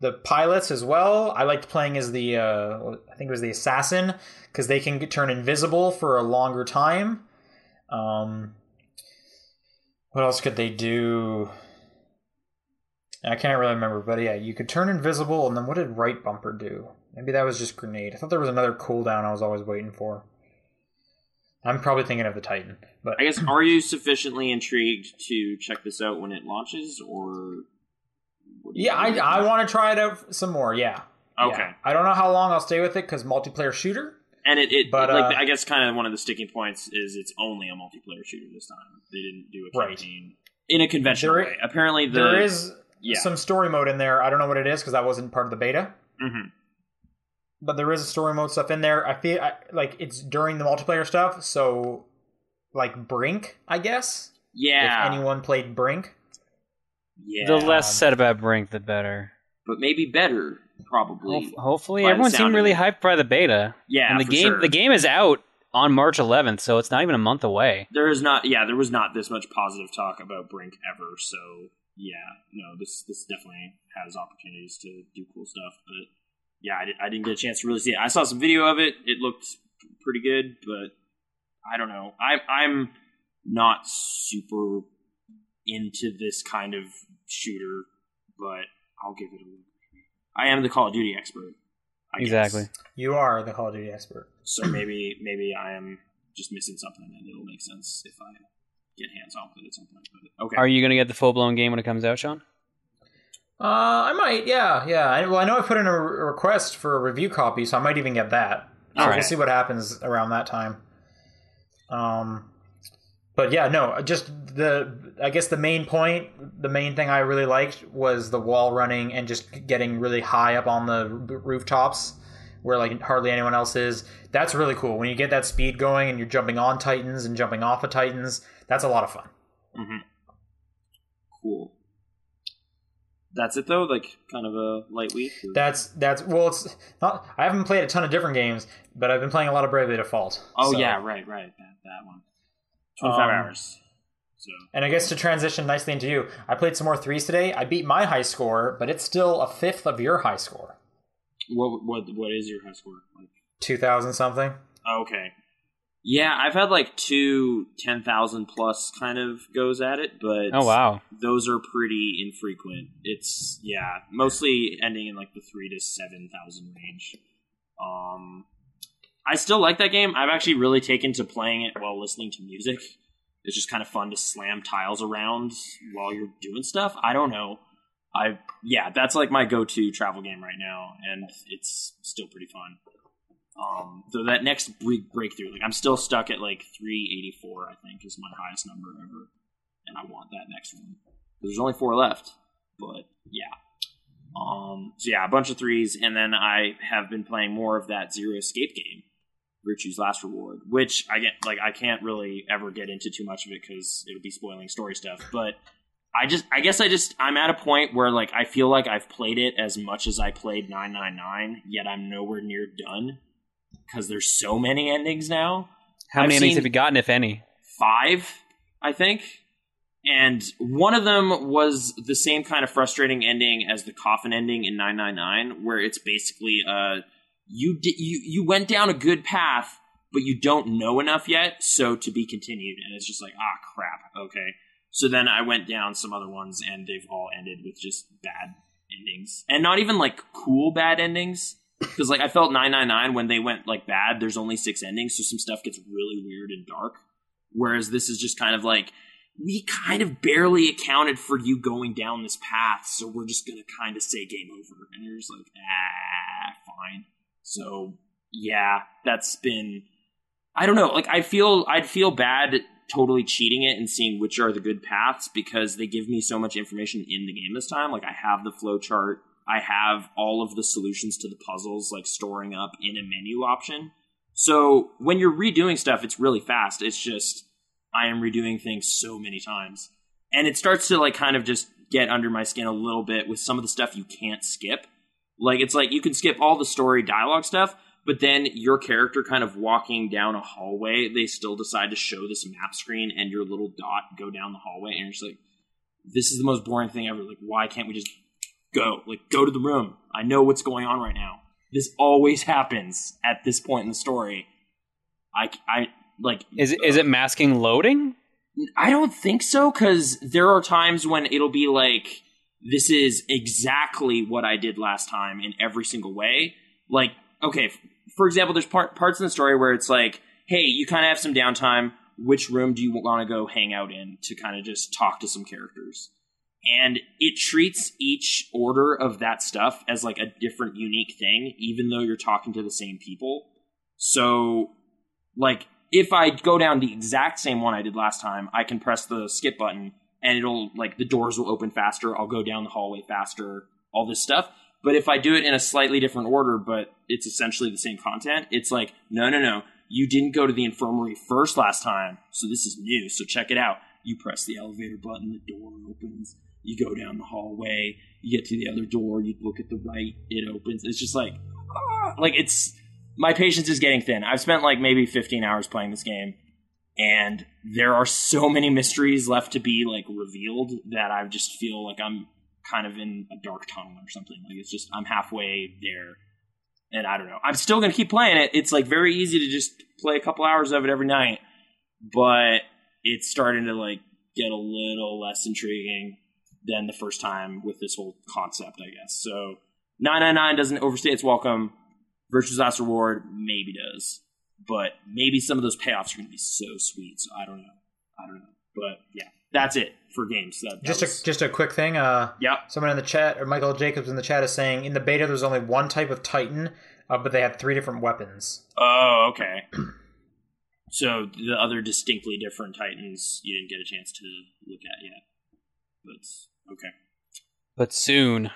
the pilots as well. I liked playing as the uh, I think it was the assassin because they can get, turn invisible for a longer time. Um, what else could they do? I can't really remember, but yeah, you could turn invisible, and then what did right bumper do? Maybe that was just grenade. I thought there was another cooldown I was always waiting for. I'm probably thinking of the Titan, but
I guess are you sufficiently intrigued to check this out when it launches, or what do you
yeah, I,
think?
I want to try it out some more. Yeah.
Okay.
Yeah. I don't know how long I'll stay with it because multiplayer shooter.
and it, it
But,
like
uh,
I guess kind of one of the sticking points is it's only a multiplayer shooter this time. They didn't do a
Right.
campaign in a conventional
There i-
way. Apparently, the
there is
yeah.
some story mode in there. I don't know what it is because that wasn't part of the beta.
Mhm.
But there is story mode stuff in there. I feel I, like it's during the multiplayer stuff. So, like Brink, I guess. If
Yeah,
anyone played Brink,
yeah,
The less said about Brink, the better.
but maybe better probably.
Ho- hopefully,
By the
everyone
sound
seemed
of
really
it.
hyped by the beta,
yeah,
and the
for
game
sure.
the game is out on March 11th, so it's not even a month away.
there is not yeah there was not this much positive talk about brink ever so yeah no this this definitely has opportunities to do cool stuff but yeah i, did, I didn't get a chance to really see it i saw some video of it it looked pretty good but i don't know i i'm not super into this kind of shooter, but I'll give it a look. I am the Call of Duty expert. I guess.
exactly.
You are the Call of Duty expert.
So maybe maybe I am just missing something, and it'll make sense if I get hands on with it at some point. But okay,
Are you going to get the full blown game when it comes out, Sean?
Uh, I might, yeah, yeah. I, well, I know I put in a re- request for a review copy, so I might even get that. So
All
We'll
right.
see what happens around that time. Um, but yeah, no, just the I guess the main point, the main thing I really liked was the wall running and just getting really high up on the r- rooftops where like hardly anyone else is. That's really cool when you get that speed going and you're jumping on titans and jumping off of titans. That's a lot of fun.
cool. That's it though. Like kind of a light week. or-
That's that's well, it's not. I haven't played a ton of different games, but I've been playing a lot of Bravely Default.
oh
so-
yeah, right, right. That that one. Twenty five
Um,
hours. So
And I guess to transition nicely into you, I played some more threes today. I beat my high score, but it's still a fifth of your high score,
what what what is your high score? Like oh,
two thousand something.
Okay. Yeah, I've had like two 10,000 plus kind of goes at it, but
Oh wow.
those are pretty infrequent. It's yeah, mostly ending in like the 3 to 7,000 range. Um I still like that game. I've actually really taken to playing it while listening to music. It's just kind of fun to slam tiles around while you're doing stuff. I don't know. I yeah, that's like my go-to travel game right now and it's still pretty fun um so that next big breakthrough like i'm still stuck at like 384 i think is my highest number ever and i want that next one there's only four left but yeah um so yeah a bunch of threes and then i have been playing more of that zero escape game virtue's last reward which i get like i can't really ever get into too much of it because it'll be spoiling story stuff but i just i guess i just i'm at a point where like i feel like i've played it as much as i played 999 yet i'm nowhere near done because there's so many endings now.
How
I've
many innings
seen-
have you gotten, if any?
Five, I think. And one of them was the same kind of frustrating ending as the coffin ending in 999, where it's basically uh, you, di- you you went down a good path, but you don't know enough yet, so to be continued. And it's just like, ah, crap, okay. So then I went down some other ones, and they've all ended with just bad endings, and not even like cool bad endings. Because like I felt 999 when they went like bad. There's only six endings, so some stuff gets really weird and dark. Whereas this is just kind of like we kind of barely accounted for you going down this path, so we're just gonna kind of say game over, and you're just like, ah, fine. So yeah, that's been. I don't know. Like I feel, I'd feel bad totally cheating it and seeing which are the good paths because they give me so much information in the game this time. Like I have the flow chart, I have all of the solutions to the puzzles, like storing up in a menu option. So when you're redoing stuff, it's really fast. It's just I am redoing things so many times, and it starts to like kind of just get under my skin a little bit with some of the stuff you can't skip. Like it's like you can skip all the story dialogue stuff, but then your character kind of walking down a hallway, they still decide to show this map screen and your little dot go down the hallway and you're just like this is the most boring thing ever. Like why can't we just go? Like go to the room. I know what's going on right now. This always happens at this point in the story. I I like
Is it, is it masking loading?
I don't think so because there are times when it'll be like, this is exactly what I did last time in every single way. Like, okay, f- for example, there's part, parts in the story where it's like, hey, you kind of have some downtime. Which room do you want to go hang out in to kind of just talk to some characters? And it treats each order of that stuff as like a different, unique thing, even though you're talking to the same people. So like if I go down the exact same one I did last time, I can press the skip button and it'll like the doors will open faster, I'll go down the hallway faster, all this stuff. But if I do it in a slightly different order, but it's essentially the same content, it's like, no, no, no. You didn't go to the infirmary first last time, so this is new, so check it out. You press the elevator button, the door opens, you go down the hallway, you get to the other door, you look at the right, it opens. It's just like ah, like it's my patience is getting thin. I've spent like maybe 15 hours playing this game, and there are so many mysteries left to be like revealed that I just feel like I'm kind of in a dark tunnel or something. Like it's just I'm halfway there, and I don't know. I'm still gonna keep playing it. It's like very easy to just play a couple hours of it every night, but it's starting to like get a little less intriguing than the first time with this whole concept, I guess. So 999 doesn't overstay its welcome. Virtue's Last Reward maybe does, but maybe some of those payoffs are going to be so sweet. So I don't know. I don't know. But yeah, that's it for games. That, that
Just
was-
a just a quick thing. Uh,
yep.
someone in the chat or Michael Jacobs in the chat is saying in the beta there's only one type of Titan, uh, but they had three different weapons.
Oh, okay. So the other distinctly different Titans you didn't get a chance to look at yet. But okay.
But soon,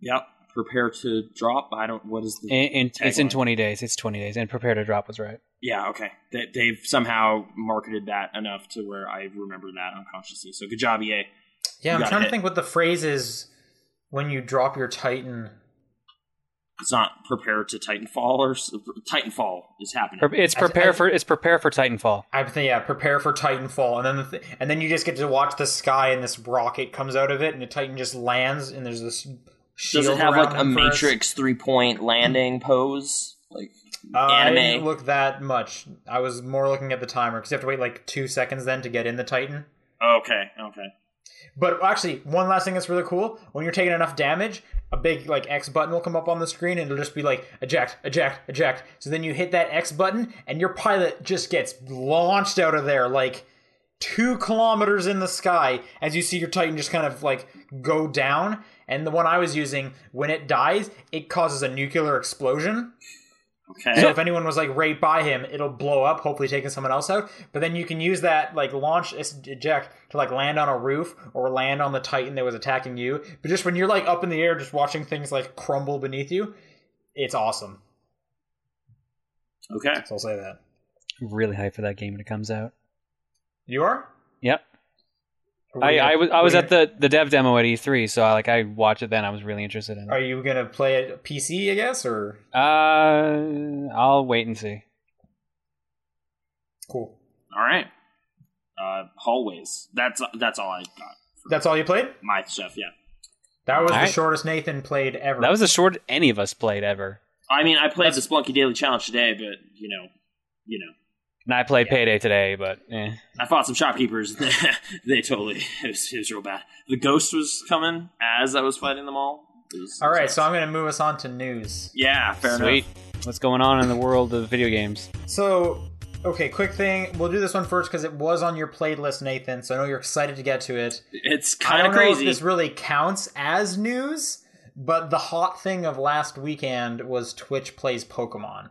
Yep. Prepare to drop. I don't. What is the?
in, in, it's in
Tagline.
20 days. It's 20 days. And prepare to drop was right.
yeah. Okay. They, they've somehow marketed that enough to where I remember that unconsciously. So good job, E EA. You
Yeah, I'm
got
trying
it.
to think what the phrase is when you drop your Titan.
It's not prepare to Titanfall or s- Titanfall is happening.
Pre- It's
I- I-
prepare for it's prepare for Titanfall.
I think yeah, prepare for Titanfall, and then the th- and then you just get to watch the sky and this rocket comes out of it, and the Titan just lands, and there's this shield
Does it have like
around
a
him first.
Matrix three point landing pose? Like
Uh, I
anime?
didn't look that much. I was more looking at the timer because you have to wait like two seconds then to get in the Titan.
okay, okay.
But actually, one last thing that's really cool: when you're taking enough damage, a big like X button will come up on the screen, and it'll just be like eject, eject, eject. So then you hit that X button, and your pilot just gets launched out of there, like two kilometers in the sky, as you see your Titan just kind of like go down. And the one I was using, when it dies, it causes a nuclear explosion.
Okay.
So if anyone was like right by him, it'll blow up, hopefully taking someone else out. But then you can use that like launch es- eject to like land on a roof or land on the Titan that was attacking you. But just when you're like up in the air, just watching things like crumble beneath you, it's awesome.
okay.
So I'll say that.
I'm really hyped for that game when it comes out.
You are?
Yep.
Or were
I,
you-
I was I
were
was
you-
at the, the dev demo at E3, so I like I watched it then. I was really interested in
Are
it.
you gonna play it PC? I guess or
Uh, I'll wait and see.
cool.
All right. Uh, hallways. That's that's all I got.
That's all you played.
My stuff. Yeah.
That was
All
the
right.
shortest Nathan played ever.
That was the short any of us played ever,
I mean, I played the Splunky Daily Challenge today, but you know, you know,
and I played Payday today, but eh.
I fought some shopkeepers. they totally it was, it was real bad. The ghost was coming as I was fighting them all. It was-
all right. So I'm gonna move us on to news.
yeah, fair
sweet.
enough.
What's going on in the world of video games?
So, okay, quick thing. We'll do this one first because it was on your playlist, Nathan. So I know you're excited to get to it.
It's
I
kind
don't
of
know
crazy.
if this really counts as news, but the hot thing of last weekend was Twitch plays Pokemon,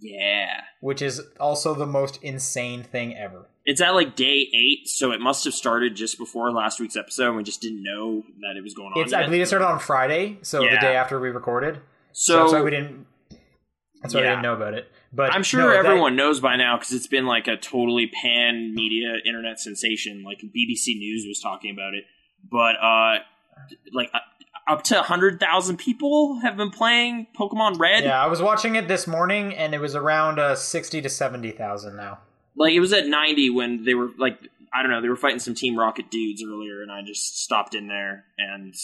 yeah,
which is also the most insane thing ever.
it's at like day eight, so it must have started just before last week's episode, and we just didn't know that it was going on.
It's I
yet.
believe it started on Friday, so
Oh, Yeah.
the day after we recorded. So,
so
that's why we didn't. That's why
Yeah.
we didn't know about it. But
I'm
no,
sure
that-
everyone knows by now because it's been like a totally pan media internet sensation. Like BBC News was talking about it, but uh, like uh, up to hundred thousand people have been playing Pokemon Red.
yeah, I was watching it this morning, and it was around uh, sixty to seventy thousand now.
Like it was at ninety when they were like I don't know they were fighting some Team Rocket dudes earlier, and I just stopped in there and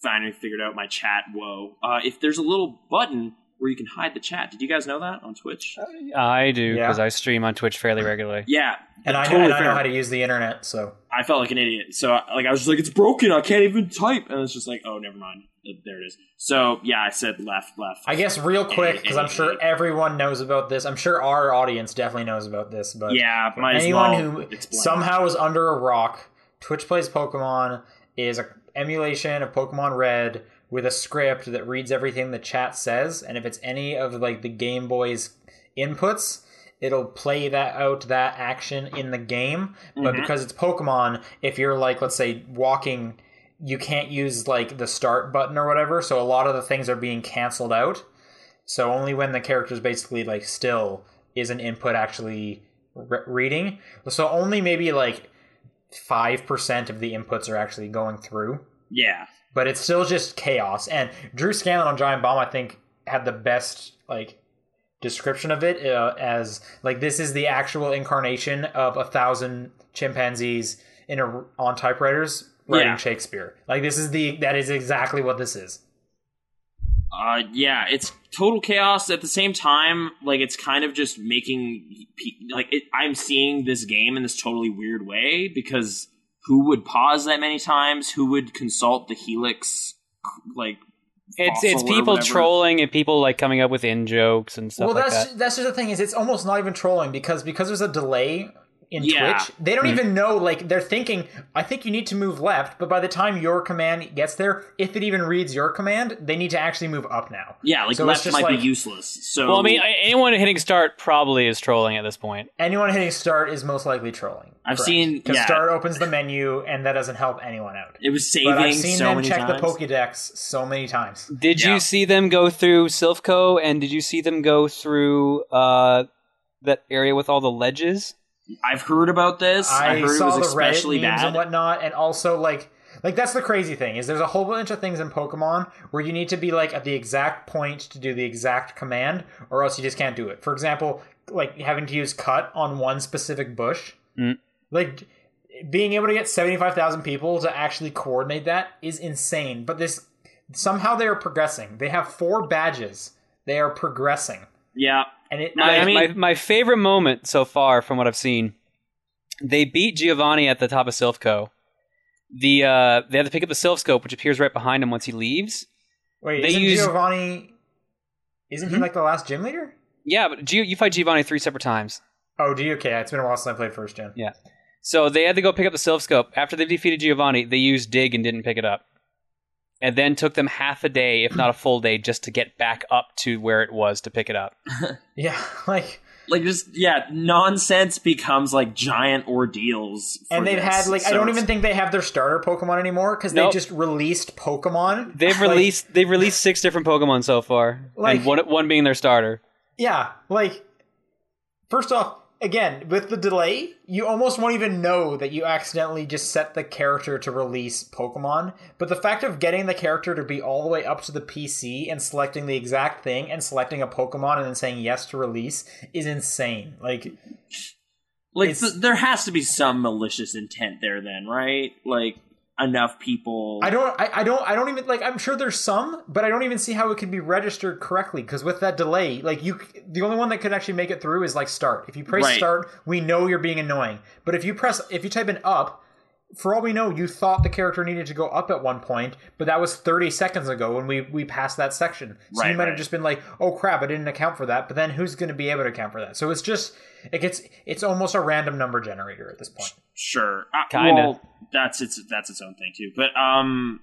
finally figured out my chat. Whoa! Uh, if there's a little button where you can hide the chat, did you guys know that on
Uh,
Twitch?
I do
Yeah.
because I stream on Twitch fairly regularly.
Yeah,
And I,
Totally
and I
fair.
know how to use the internet, so
I felt like an idiot. So like I was just like, it's broken. I can't even type. And it's just like, oh, never mind. Uh, There it is. So yeah, I said left, left.
I guess real quick because I'm
Hey,
sure
hey.
everyone knows about this. I'm sure our audience definitely knows about this, but
yeah,
for
might as
anyone
well
who
explain.
somehow is under a rock, Twitch plays Pokemon is a emulation of Pokemon Red with a script that reads everything the chat says, and if it's any of like the Game Boy's inputs, it'll play that out that action in the game. But
Mhm.
because it's Pokemon, if you're like let's say walking, you can't use like the start button or whatever, so a lot of the things are being canceled out. So only when the character's basically like still is an input actually re- reading. So only maybe like 5% of the inputs are actually going through,
Yeah,
but it's still just chaos. And Drew Scanlon on Giant Bomb, I think, had the best like description of it uh, as like this is the actual incarnation of a thousand chimpanzees in a on typewriters writing
Yeah.
Shakespeare. Like this is the that is exactly what this is.
Uh, yeah, it's total chaos. At the same time, like it's kind of just making pe- like it, I'm seeing this game in this totally weird way because who would pause that many times? Who would consult the Helix? Like
It's it's
fossil or
people
whatever?
trolling and people like coming up with in jokes and stuff
well,
like
that's
that.
that's just the thing is it's almost not even trolling because because there's a delay in
Yeah.
Twitch. They
Mm-hmm.
don't even know like they're thinking. I think you need to move left, but by the time your command gets there, if it even reads your command, they need to actually move up now.
Yeah, like
So it's
left
just
might be
like-
useless. So
Well, I mean, a- anyone hitting start probably is trolling at this point.
Anyone hitting start is most likely trolling.
I've seen-
because
yeah.
start opens the menu and that doesn't help anyone out.
it was saving
But I've seen
so
them
many
check
times.
the Pokédex so many times.
Did
Yeah.
you see them go through Silphco and did you see them go through uh, that area with all the ledges?
I've heard about this. I,
I,
heard it
saw
was
the Reddit
especially
memes
bad.
and whatnot, and also like like that's the crazy thing is there's a whole bunch of things in Pokemon where you need to be like at the exact point to do the exact command, or else you just can't do it. For example, like having to use cut on one specific bush,
Mm.
like being able to get seventy five thousand people to actually coordinate that is insane. But this somehow they are progressing. They have four badges. They are progressing,
yeah,
and it.
I-
my,
I mean-
my, my favorite moment so far from what I've seen, they beat Giovanni at the top of Silphco. The uh, they have to pick up the Silphscope, which appears right behind him once he leaves.
wait,
they
isn't
use-
Giovanni? Isn't
Hmm?
he like the last gym leader?
Yeah, but Gio, you fight Giovanni three separate times.
Oh, do you? Okay, it's been a while since I played first gen.
So they had to go pick up the Silphscope. After they defeated Giovanni, they used Dig and didn't pick it up. And then took them half a day, if not a full day, just to get back up to where it was to pick it up.
Yeah, like,
like just yeah, nonsense becomes like giant ordeals.
Oh,
for
and they've
this.
had like I
So
don't
it's-
even think they have their starter Pokemon anymore because
Nope.
they just released Pokemon.
They've
Like-
released they've released six different Pokemon so far,
Like-
and one one being their starter.
yeah, like first off, again with the delay, you almost won't even know that you accidentally just set the character to release Pokemon. But the fact of getting the character to be all the way up to the PC and selecting the exact thing and selecting a Pokemon and then saying yes to release is insane. Like,
like
It's-
th- there has to be some malicious intent there then right like enough people
I don't, I, I don't, I don't even like. I'm sure there's some, but I don't even see how it could be registered correctly because with that delay, like you, the only one that could actually make it through is like start. If you press
Right.
start, we know you're being annoying. But if you press, if you type in up, for all we know, you thought the character needed to go up at one point, but that was 30 seconds ago when we we passed that section. So
Right,
you might
right.
have just been like, "Oh crap, I didn't account for that." But then who's going to be able to account for that? So it's just it gets it's almost a random number generator at this point.
sure Uh,
Kinda.
well, that's its that's its own thing too but um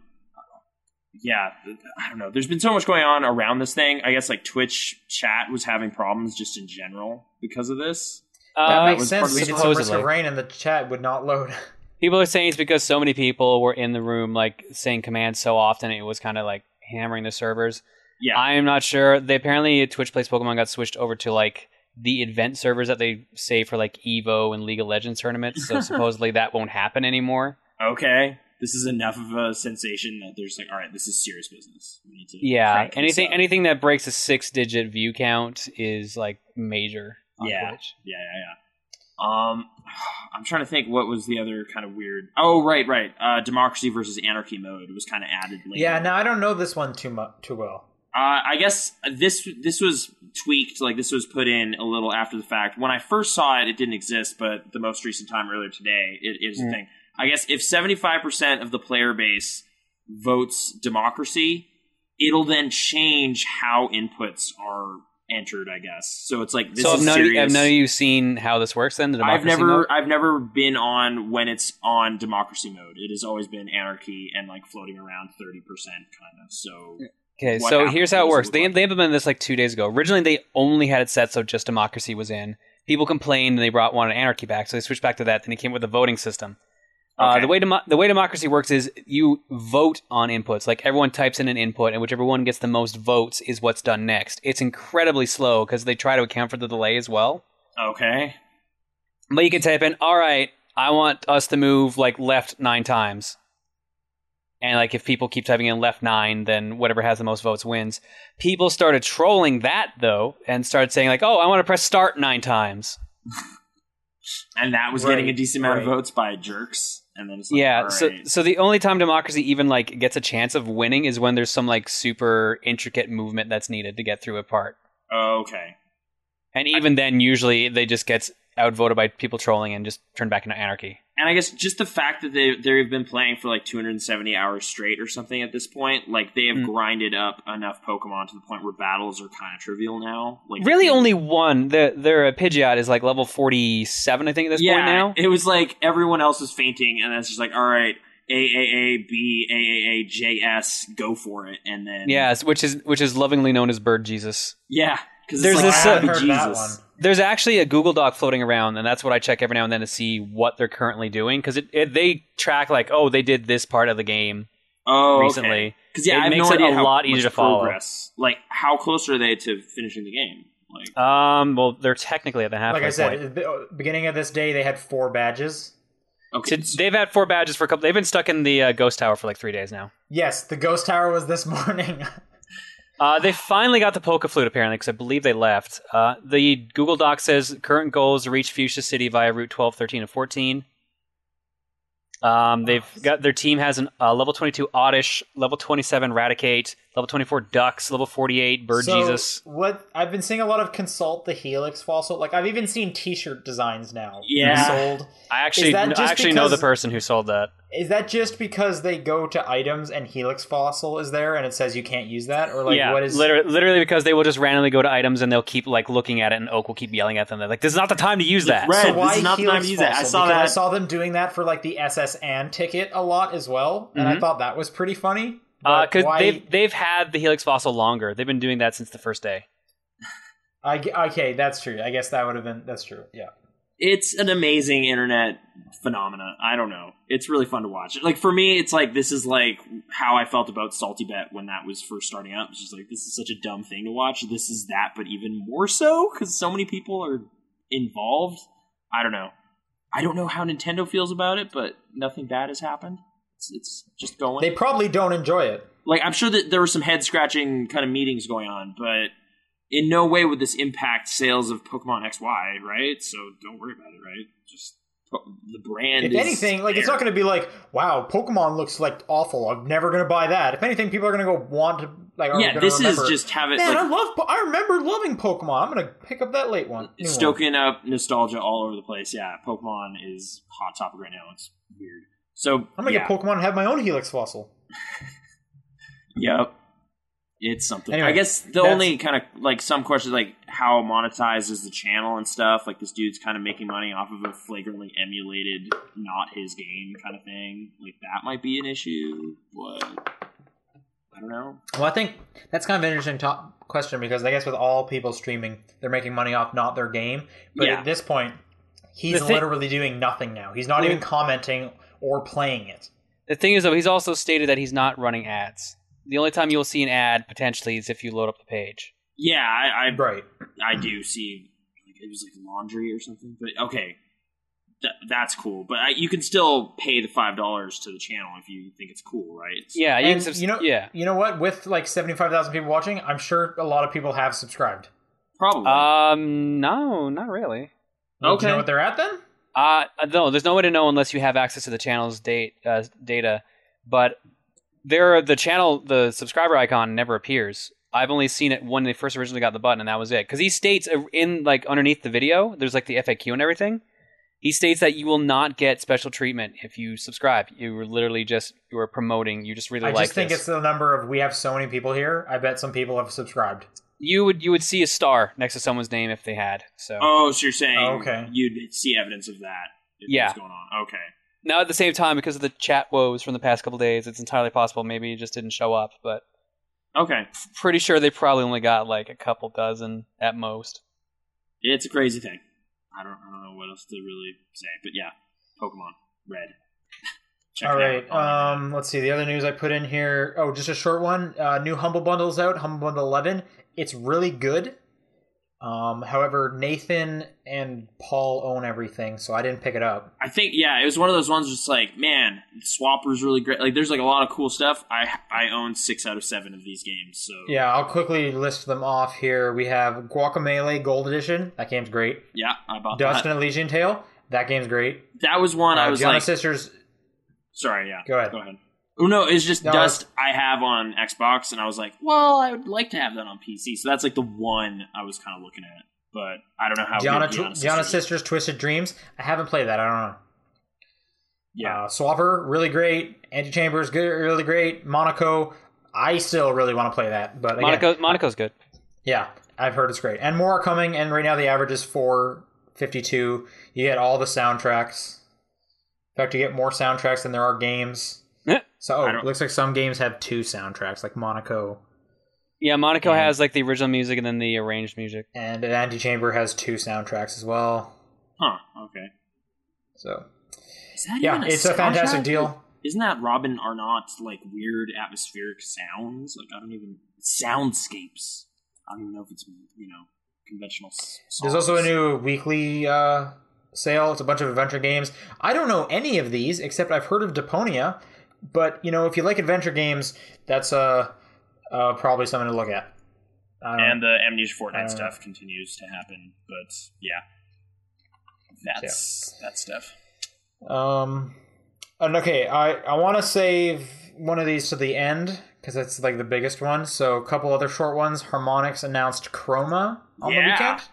yeah th- i don't know there's been so much going on around this thing i guess like twitch chat was having problems just in general because of this
That
Uh,
makes
was
sense.
partly-
We did some risk
supposedly.
of rain, and the chat would not load.
people are saying it's because so many people were in the room like saying commands so often it was kind of like hammering the servers
yeah
i'm not sure they apparently twitch plays pokemon got switched over to like the event servers that they save for like evo and league of legends tournaments so supposedly that won't happen anymore
okay this is enough of a sensation that there's like all right this is serious business we need to
yeah
crank this
anything
up.
anything that breaks a six digit view count is like major on
Yeah.
twitch
Yeah, yeah, yeah. Um, I'm trying to think what was the other kind of weird. Oh, right, right. Uh, democracy versus anarchy mode was kind of added later.
Yeah, no, I don't know this one too much too well.
Uh, I guess this this was tweaked, like this was put in a little after the fact. When I first saw it, it didn't exist, but the most recent time earlier today, it is a
Mm.
thing. I guess if seventy five percent of the player base votes democracy, it'll then change how inputs are entered. I guess so. It's like this
so have
is
none,
serious.
have none of you seen how this works then the
I've
democracy
never
mode?
I've never been on when it's on democracy mode. It has always been anarchy and like floating around thirty percent kind of. So
Okay,
what
so
happens
here's how it
is
works.
we
They,
run-
they implemented this like two days ago. Originally, they only had it set so just democracy was in. People complained, and they brought one anarchy back, so they switched back to that. Then it came with a voting system. Uh,
Okay.
the way demo- the way democracy works is you vote on inputs. Like everyone types in an input, and whichever one gets the most votes is what's done next. It's incredibly slow because they try to account for the delay as well.
okay,
But you can type in, all right, I want us to move like left nine times. And like if people keep typing in left nine, then whatever has the most votes wins. People started trolling that though and started saying like, oh, I want to press start nine times.
and that was
Right,
getting a decent amount of
right.
votes by jerks. and then it's like,
Yeah.
all
So
right.
so the only time democracy even like gets a chance of winning is when there's some like super intricate movement that's needed to get through a part.
Oh, okay.
And even then usually they just gets outvoted by people trolling and just turn back into anarchy.
And I guess just the fact that they they've been playing for like 270 hours straight or something at this point, like they have
Mm.
grinded up enough Pokemon to the point where battles are kind of trivial now. Like
Really only one. Their their Pidgeot is like level 47 I think at this
yeah,
point now.
it was like everyone else was fainting, and then it's just like, all right, A A A B A A A J S, go for it, and then
Yes, which is which is lovingly known as Bird Jesus.
yeah, because
There's
there's
this,
this
uh,
I've heard that
ah, Jesus.
one.
There's actually a Google Doc floating around, and that's what I check every now and then to see what they're currently doing because it, it they track like oh they did this part of the game
Oh,
recently.
because yeah,
It
I have
makes
no
it
idea
a
how
lot easier
much
to follow.
Progress. Like, how close are they to finishing the game? Like,
Um, well, they're technically at the halfway
Like I
point.
said, the- uh, beginning of this day, they had four badges.
okay,
To- they've had four badges for a couple. They've been stuck in the uh, ghost tower for like three days now.
Yes, the ghost tower was this morning.
Uh, they finally got the polka flute apparently because I believe they left. Uh, the Google Doc says current goal is to reach Fuchsia City via Route 12, 13, and 14. Um, they've got their team has an uh, level 22 Oddish, level 27 Radicate, level 24 Ducks, level 48 Bird
So,
Jesus.
What I've been seeing a lot of consult the Helix fossil. Like I've even seen T-shirt designs now.
Yeah.
sold.
I actually,
is that
I
just
actually know the
because-
person who sold that.
Is that just because they go to items and Helix fossil is there and it says you can't use that, or like
yeah,
what is?
liter- literally because they will just randomly go to items and they'll keep like looking at it, and Oak will keep yelling at them. They're like, "This is not the time to use that."
Right.
so
This
why
is not the time
Helix
to use
fossil?
that. I saw
because I
that.
saw them doing that for like the SS and ticket a lot as well, and I
Mm-hmm.
Mhm.
thought that was pretty funny. But
Because
why-
Uh, they've they've had the Helix fossil longer. They've been doing that since the first day.
I g okay, that's true. I guess that would have been that's true. Yeah.
it's an amazing internet phenomena. I don't know. It's really fun to watch. Like for me, it's like this is like how I felt about Salty Bet when that was first starting up. It's just like this is such a dumb thing to watch. This is that, but even more so because so many people are involved. I don't know. I don't know how Nintendo feels about it, but nothing bad has happened. It's, it's just going.
They probably don't enjoy it.
like I'm sure that there were some head scratching kind of meetings going on, but in no way would this impact sales of Pokemon XY, right? So don't worry about it, right? Just po- the brand.
if
is
anything, like it's
there.
not going to be like, wow, Pokemon looks like awful. I'm never going to buy that. If anything, people are going to go want to like. are
Yeah,
gonna
this
remember,
is just have it
Man, I
like
love. Po- I remember loving Pokemon. I'm going to pick up that late one. new one."
stoking up nostalgia all over the place. Yeah, Pokemon is hot topic right now. It's weird. So
I'm going to get
yeah,
Pokemon and have my own Helix fossil.
Yep. It's something.
Anyway,
I guess the
that's-
only kind of like some questions like how monetized is the channel and stuff. Like this dude's kind of making money off of a flagrantly emulated, not his game kind of thing. Like that might be an issue. What? I don't know.
Well, I think that's kind of an interesting top question because I guess with all people streaming, they're making money off not their game. But
Yeah.
at this point, he's
The thi-
literally doing nothing now. He's not
Well-
even commenting or playing it.
The thing is, though, he's also stated that he's not running ads. The only time you'll see an ad potentially is if you load up the page.
Yeah, I, I
Right.
I do see like it was like laundry or something, but okay, Th- that's cool. But I, you can still pay the five dollars to the channel if you think it's cool, right?
Yeah, you,
And
can subs-
you know,
yeah.
you know what? With like seventy-five thousand people watching, I'm sure a lot of people have subscribed.
probably.
Um, no, not really.
Well, Do you
Okay.
know what they're at then?
Uh, no, there's no way to know unless you have access to the channel's date uh, data. But there, the channel, the subscriber icon never appears. I've only seen it when they first originally got the button, and that was it. Because he states uh, in like underneath the video, there's like the FAQ and everything. He states that you will not get special treatment if you subscribe. You were literally just you were promoting. You just really
I
like
just think
this.
it's the number of we have so many people here. I bet some people have subscribed.
you would you would see a star next to someone's name if they had. So
Oh, so you're saying
Oh, okay.
you'd see evidence of that? If
Yeah.
What's going on? Okay.
now at the same time, because of the chat woes from the past couple days, it's entirely possible maybe it just didn't show up, but.
Okay.
pretty sure they probably only got like a couple dozen at most.
It's a crazy thing. I don't, I don't know what else to really say, but yeah, Pokemon Red. Check
All
it
right.
out.
Um, let's see. The other news I put in here. Oh, just a short one. Uh, new Humble Bundle's out. Humble Bundle 11. It's really good. Um, however, Nathan and Paul own everything, so I didn't pick it up.
I think yeah, it was one of those ones just like man, Swapper's really great. Like there's like a lot of cool stuff. I I own six out of seven of these games, so
Yeah, I'll quickly list them off here. We have Guacamele Gold Edition. That game's great.
yeah, I bought
Dust
that.
and Elysian Tale. That game's great.
That was one
Uh,
I was
Gianna
like,
Sisters
Sorry, yeah.
Go ahead.
Go ahead. Oh no, it's just
No.
Dust I have on Xbox, and I was like, well, I would like to have that on PC. So that's like the one I was kind of looking at, but I don't know how.
Gianna,
good
Tw-
Giannis
Gianna
is.
Sisters Twisted Dreams. I haven't played that. I don't know.
Yeah,
Uh, Swapper, really great. Anti Chambers, good, really great. Monaco, I still really want to play that. But again,
Monaco, Monaco's good.
Yeah, I've heard it's great, and more are coming. And right now the average is four fifty two. You get all the soundtracks. In fact, you get more soundtracks than there are games.
Yeah.
So oh,
I
it
don't-
looks like some games have two soundtracks, like Monaco,
Yeah, Monaco
Yeah.
has like the original music and then the arranged music.
and an Antichamber has two soundtracks as well.
huh? Okay.
So
Is that
yeah,
even
it's a fantastic
soundtrack?
deal.
Isn't that Robin Arnott's like weird atmospheric sounds? Like I don't even soundscapes. I don't even know if it's you know conventional. s-
There's
Songs.
also a new weekly uh, sale. It's a bunch of adventure games. I don't know any of these except I've heard of Deponia, but you know, if you like adventure games, that's uh, uh, probably something to look at. Uh, I don't-
and the Amnesia Fortnite
Uh,
stuff continues to happen, but yeah, that's that stuff.
Um, and okay, I I want to save one of these to the end because it's like the biggest one. So a couple other short ones. Harmonix announced Chroma on
Yeah,
the weekend.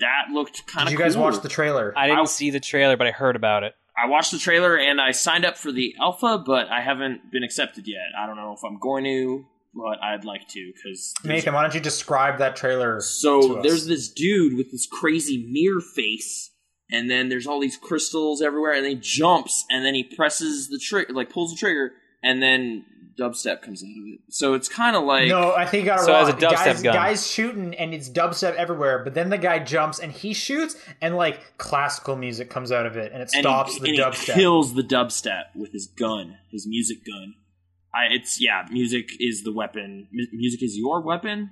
That looked kind
Did
of.
you guys
cool.
watch the trailer?
I didn't
I-
see the trailer, but I heard about it.
I watched the trailer and I signed up for the alpha, but I haven't been accepted yet. I don't know if I'm going to, but I'd like to because
Nathan, why don't you describe that trailer? to
So
us?
there's this dude with this crazy mirror face, and then there's all these crystals everywhere, and then he jumps, and then he presses the trigger, like pulls the trigger, and then dubstep comes out of it. So it's kind of like
no, I think you got it
So
wrong.
it has a dubstep
guys,
gun.
guys shooting and it's dubstep everywhere, but then the guy jumps and he shoots and like classical music comes out of it and it
and
stops
he,
the
and he
dubstep.
kills the dubstep with his gun, his music gun. I, it's yeah, music is the weapon. Mu- music is your weapon.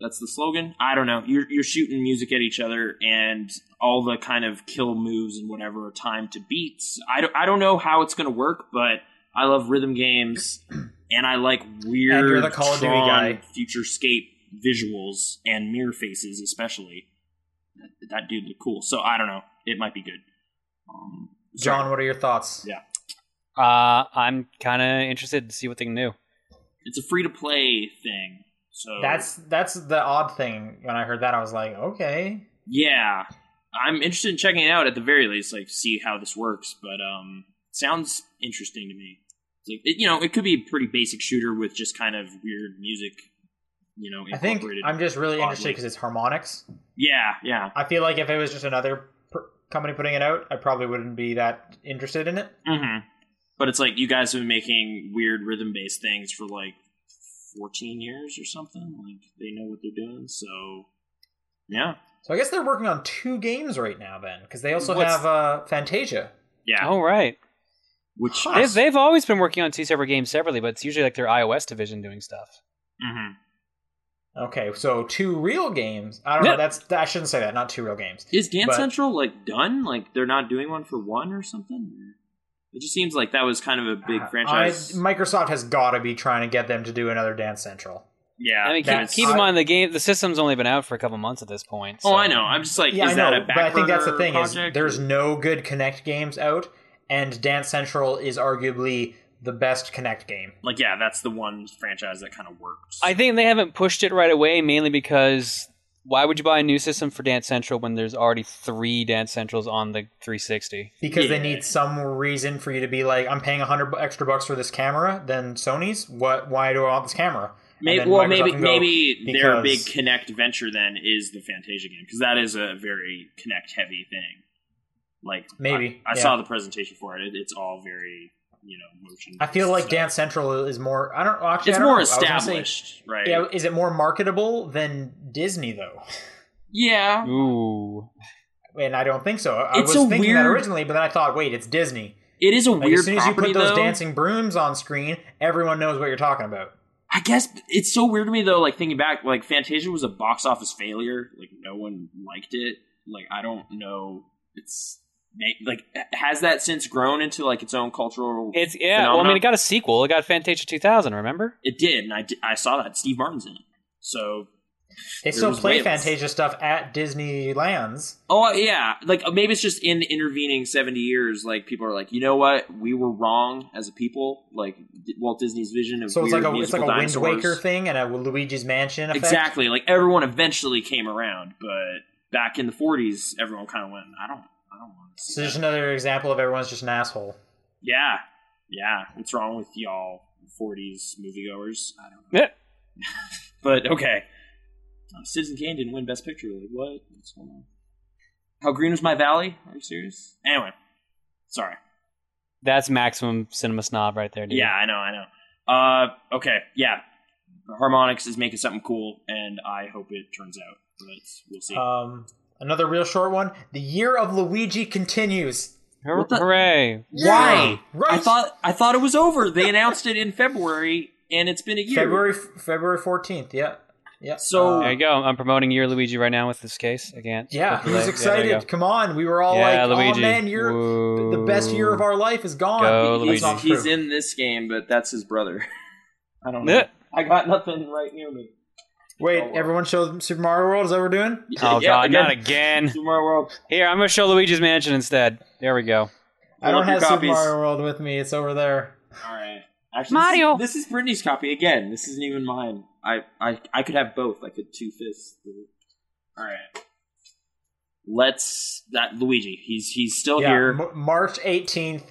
That's the slogan. I don't know. You're you're shooting music at each other, and all the kind of kill moves and whatever are timed to beats. I don't I don't know how it's gonna work, but I love rhythm games, and I like weird
you're the Call of Duty
Tron
guy.
futurescape visuals and mirror faces, especially. That, that dude looked cool. So I don't know. It might be good. Um, sorry.
John, what are your thoughts?
Yeah.
Uh, I'm kind of interested to see what they can do.
it's a free to play thing. So
That's that's the odd thing. When I heard that, I was like, okay,
yeah. I'm interested in checking it out at the very least, like see how this works. But um, sounds interesting to me. It's Like it, you know, it could be a pretty basic shooter with just kind of weird music. You know,
I think
incorporated.
I'm just really interested
oddly.
because it's harmonics.
yeah, yeah.
I feel like if it was just another per- company putting it out, I probably wouldn't be that interested in it.
hmm But it's like you guys have been making weird rhythm based things for like 14 years or something. Like they know what they're doing. So yeah,
So I guess they're working on two games right now, then, because they also
What's-
have uh, Fantasia.
yeah.
All right,
Which
Huh.
they've, they've always been working on two separate games separately, but it's usually like their iOS division doing stuff.
Mhm.
Okay, so two real games. I don't know.
Yeah.
That's I shouldn't say that. Not two real games.
Is Dance
But-
Central like done? Like they're not doing one for one or something? It just seems like that was kind of a big
Uh,
franchise.
I, Microsoft has got to be trying to get them to do another Dance Central.
yeah.
I mean, keep,
that's-
keep in
I-
mind the game, the system's only been out for a couple months at this point.
oh,
so-
I know. I'm just like,
yeah,
is
I
that
know,
a back
but I think that's the
burner
thing is
project?
there's no good Connect games out, and Dance Central is arguably the best Connect game.
like, yeah, that's the one franchise that kind of works.
I think they haven't pushed it right away, mainly because why would you buy a new system for Dance Central when there's already three Dance Centrals on the 360?
because they
Yeah.
need some reason for you to be like, I'm paying 100 bu- extra bucks for this camera than Sony's. What? Why do I want this camera?
Maybe,
then
well,
Microsoft
maybe
can go,
maybe their big
because-
Connect venture then is the Fantasia game because that is a very Connect heavy thing. Like
Maybe,
I, I
yeah.
saw the presentation for it. it. It's all very you know motion.
I feel like
stuff.
Dance Central is more. I don't actually.
It's
I don't
more
know. I was gonna say-
established, right?
yeah, is it more marketable than Disney though?
yeah.
Ooh,
And I don't think so. I
It's
was
a
thinking that
weird-
originally, but then I thought, wait, it's Disney.
It is a
Like,
weird
as soon as you
property
put those
though.
dancing brooms on screen, everyone knows what you're talking about.
I guess it's so weird to me though. Like thinking back, like Fantasia was a box office failure. Like no one liked it. Like I don't know. It's may- like has that since grown into like its own cultural? It,
it's yeah. Well, I mean,
Phenomena.
it got a sequel. It got Fantasia 2000. Remember?
did, and I, di- I saw that Steve Martin's in it. So
They
There
still
was
play
whales.
Fantasia stuff at Disneyland's.
Oh yeah, like maybe it's just in the intervening seventy years, like people are like, you know what, we were wrong as a people. Like D- Walt Disney's vision of
So it's like
weird
a it's like a
musical
Wind
dinosaurs.
Waker thing and a Luigi's Mansion effect.
Exactly, like everyone eventually came around, but back in the forties, everyone kind of went, I don't, I don't want to see
So
that.
there's another example of everyone's just an asshole.
Yeah, yeah. What's wrong with y'all, forties moviegoers? I don't know.
Yeah.
but okay. Uh, Citizen Kane didn't win Best Picture. Like what? What's going on? How green was my valley? Are you serious? Anyway, sorry.
That's maximum cinema snob right there, dude.
Yeah, I know, I know. Uh, okay, yeah. Harmonix is making something cool, and I hope it turns out. But we'll see.
Um, another real short one. The year of Luigi continues.
Hur-
What the-
hooray!
Why? Right.
I thought I thought it was over. They announced it in February, and it's been a year.
February February fourteenth. Yeah. Yeah.
So-
There you go. I'm promoting your Luigi right now with this case. I can't.
yeah,
Yeah,
who's
there you
excited?
go.
Come on, we were all
yeah,
like,
Luigi.
"Oh man, you're the best year of our life is gone."
Go,
That's
he's,
not
he's
true.
in this game, but that's his brother. I don't know.
Yeah.
I got nothing right near me.
Wait,
Oh, well.
everyone show Super Mario World. Is that what we're doing?
Oh
Yeah,
god,
again.
not again.
Super Mario World.
Here, I'm gonna show Luigi's Mansion instead. There we go.
I don't
Look, your
have Super
copies.
Mario World with me. It's over there.
All right. Actually,
Mario.
This is, this is Brittany's copy again. This isn't even mine. I, I I could have both. I could two fists. All right. Let's that Luigi. He's he's still
yeah,
here.
M- March 18th.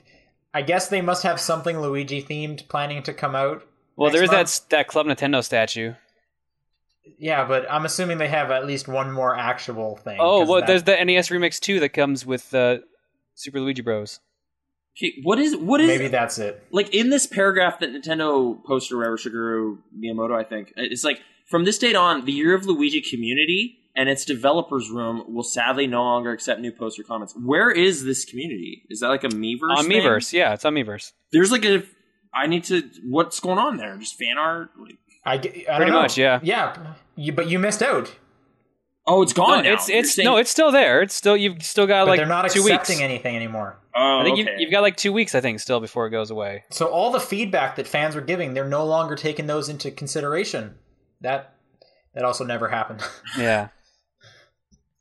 I guess they must have something Luigi themed planning to come out.
Well,
Next
there's
month.
that s- that Club Nintendo statue.
Yeah, but I'm assuming they have at least one more actual thing.
Oh,
'cause
well,
that-
there's the NES Remix 2 that comes with uh, Super Luigi Bros.
Okay, what is what is
maybe that's it.
like in this paragraph that Nintendo posted or whatever Shigeru Miyamoto, I think it's like from this date on, the year of Luigi community and its developers room will sadly no longer accept new posts or comments. Where is this community? Is that like a Miiverse?
On
thing?
Miiverse, yeah, it's on Miiverse.
There's like a. I need to. What's going on there? Just fan art? Like,
I, g- I don't
Pretty
know.
much, yeah. Uh,
Yeah, you, but you missed out.
oh, it's
No,
gone. now.
it's
You're
it's
saying-
no, it's still there. It's still you've still got
But
like
they're not
two weeks.
accepting anything anymore.
Oh,
I think
okay.
you've, you've got like two weeks. I think still before it goes away.
So all the feedback that fans were giving, they're no longer taking those into consideration. That that also never happened.
Yeah.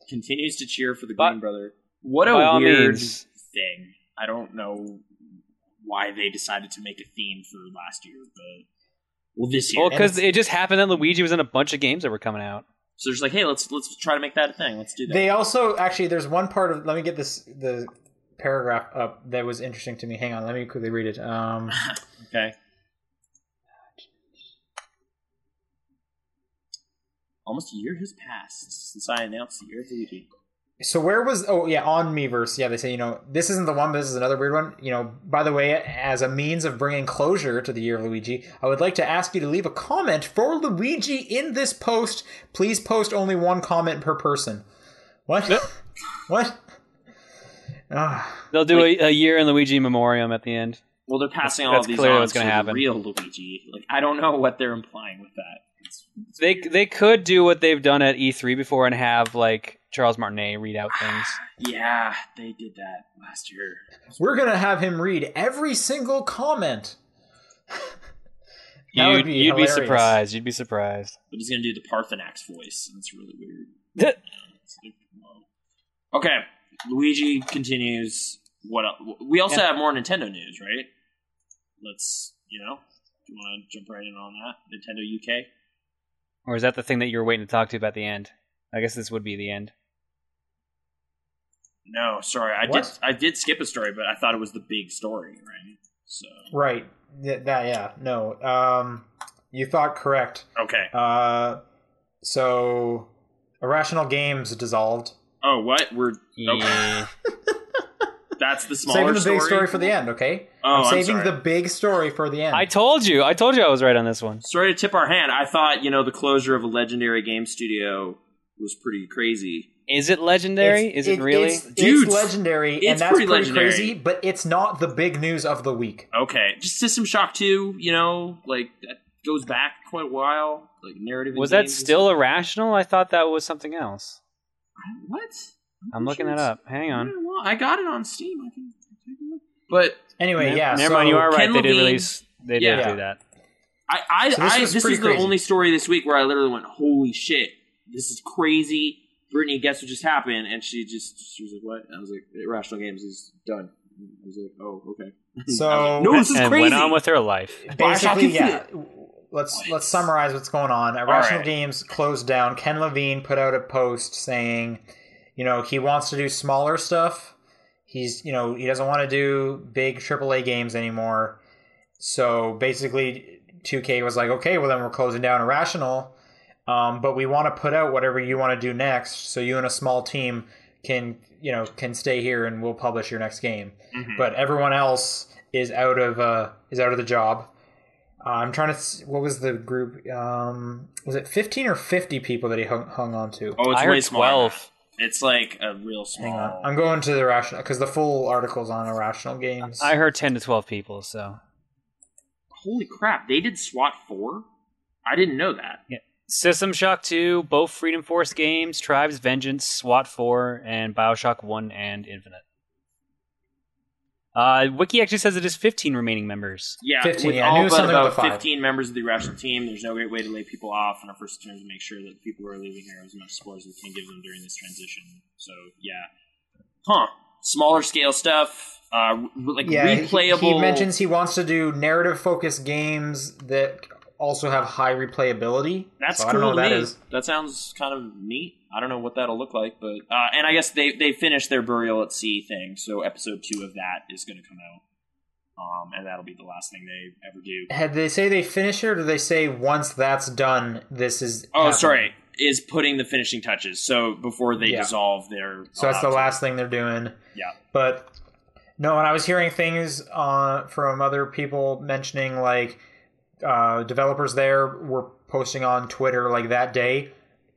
continues to cheer for the
But-
Green Brother. What
by all
a weird
means.
thing. I don't know why they decided to make a theme for last year, but well, this year.
Well,
And
because
it's-
it just happened that Luigi was in a bunch of games that were coming out.
So they're just like, hey, let's let's try to make that a thing. Let's do that.
they also actually there's one part of let me get this the paragraph up that was interesting to me. Hang on, let me quickly read it. Um
okay. Almost a year has passed since I announced the year of Luigi.
So where was oh yeah on Meverse yeah they say you know this isn't the one but this is another weird one you know by the way as a means of bringing closure to the year of Luigi I would like to ask you to leave a comment for Luigi in this post please post only one comment per person what
Yep.
what Ah.
They'll do a, a year in Luigi Memoriam at the end.
Well, they're passing all
That's
these
clearly
on
what's
to
gonna
the
happen.
real Luigi. Like, I don't know what they're implying with that. It's-
They they could do what they've done at E3 before and have like Charles Martinet read out things.
yeah, they did that last year.
we're gonna have him read every single comment That
you'd
would be
you'd be
hilarious.
surprised. You'd be surprised.
But he's gonna do the Parthenax voice, and it's really weird.
Yeah.
It's like, whoa. Okay, Luigi continues. What else? We also
Yeah.
have more Nintendo news, right? Let's, you know, do you want to jump right in on that? Nintendo UK.
Or is that the thing that you were waiting to talk to about the end? I guess this would be the end.
No, sorry, I
What?
did. I did skip a story, but I thought it was the big story, right? So
right Th- that yeah no um you thought correct
okay.
uh so Irrational Games dissolved
Oh, what? We're
Yeah.
that's the
saving
smaller
the big story
story
for the end, okay?
Oh,
I'm
I'm
saving
sorry.
the big story for the end.
I told you. I told you I was right on this one.
Sorry to tip our hand. I thought you know the closure of a legendary game studio was pretty crazy.
Is it legendary?
It's-
is it, really?
It's, it's
Dude,
legendary,
it's
and that's pretty,
pretty legendary.
crazy. But it's not the big news of the week.
Okay, just System Shock Two. You know, like that goes back quite a while. Like narrative. in
was that
games.
still irrational? I thought that was something else.
I- what?
I'm looking that up. Hang
I,
on. I
got it on Steam. I can take a look. But
Anyway,
Ne-
yeah.
Never
so
mind. You are right.
Ken
They did
Levine-
release. They did
Yeah.
do that.
I, I,
So this
I,
was
this
pretty
is
crazy.
the only story this week where I literally went, "Holy shit!" this is crazy. Brittany, guess what just happened? And she just she was like, what? And I was like, Irrational Games is done. And I was like, oh, okay.
So
No, this is
and
crazy.
went on with her life.
Bioshock
basically, yeah.
Infinite.
Let's let's summarize what's going on. Irrational
right.
Games closed down. Ken Levine put out a post saying, you know, he wants to do smaller stuff. He's, you know, he doesn't want to do big AAA games anymore. So basically, 2K was like, okay, well then we're closing down Irrational, um, but we want to put out whatever you want to do next. So you and a small team can, you know, can stay here and we'll publish your next game
Mm-hmm.
but everyone else is out of uh, is out of the job. Uh, I'm trying to. s- What was the group? Um, was it 15 or 50 people that he hung, hung on to?
oh, it's
I
way
heard
smaller.
twelve.
It's like a real small.
Hang on, I'm going to the rational because the full article's on irrational games.
I heard ten to twelve people. So
Holy crap! They did SWAT four. I didn't know that.
System Shock two, both Freedom Force games, Tribes Vengeance, SWAT four, and Bioshock one and Infinite. Uh, Wiki actually says it is fifteen remaining members.
Yeah,
15,
with
yeah, I
all
knew
but
something
about
with the five.
15 members of the irrational team, there's no great way to lay people off in our first attempt to make sure that people who are leaving here as much support as we can give them during this transition. So, yeah. Huh. Smaller scale stuff, uh, re- like
yeah, he-
replayable.
He, mentions he wants to do narrative focused games that also have high replayability.
That's
So I
cool
don't know
to
what that
me.
is.
That sounds kind of neat. I don't know what that'll look like, but uh, and I guess they they finished their burial at sea thing, so episode two of that is going to come out, um, and that'll be the last thing they ever do.
Had they say they finish it, or do they say once that's done, this is?
Oh,
happening?
sorry. Is putting the finishing touches. So before they
Yeah.
dissolve their. uh,
So
Uh,
that's the last thing they're doing.
Yeah.
But no, and I was hearing things uh, from other people mentioning like uh, developers there were posting on Twitter like that day,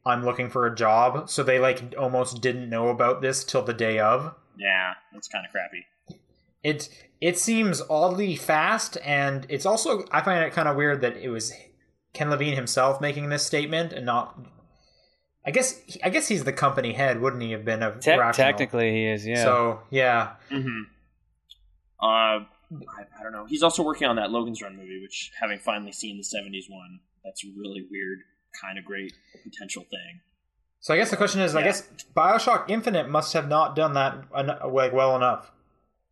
I'm looking for a job. So they like almost didn't know about this till the day of.
Yeah, that's kind of crappy.
It it seems oddly fast, and it's also I find it kind of weird that it was Ken Levine himself making this statement and not. I guess I guess he's the company head, wouldn't he have been of
Te-
Rational?
technically, he is. Yeah.
So yeah,
Mm-hmm. Uh, I, I don't know. He's also working on that Logan's Run movie, which having finally seen the '70s one, that's a really weird, kind of great potential thing.
So I guess the question is, I
Yeah.
guess Bioshock Infinite must have not done that en- like well enough.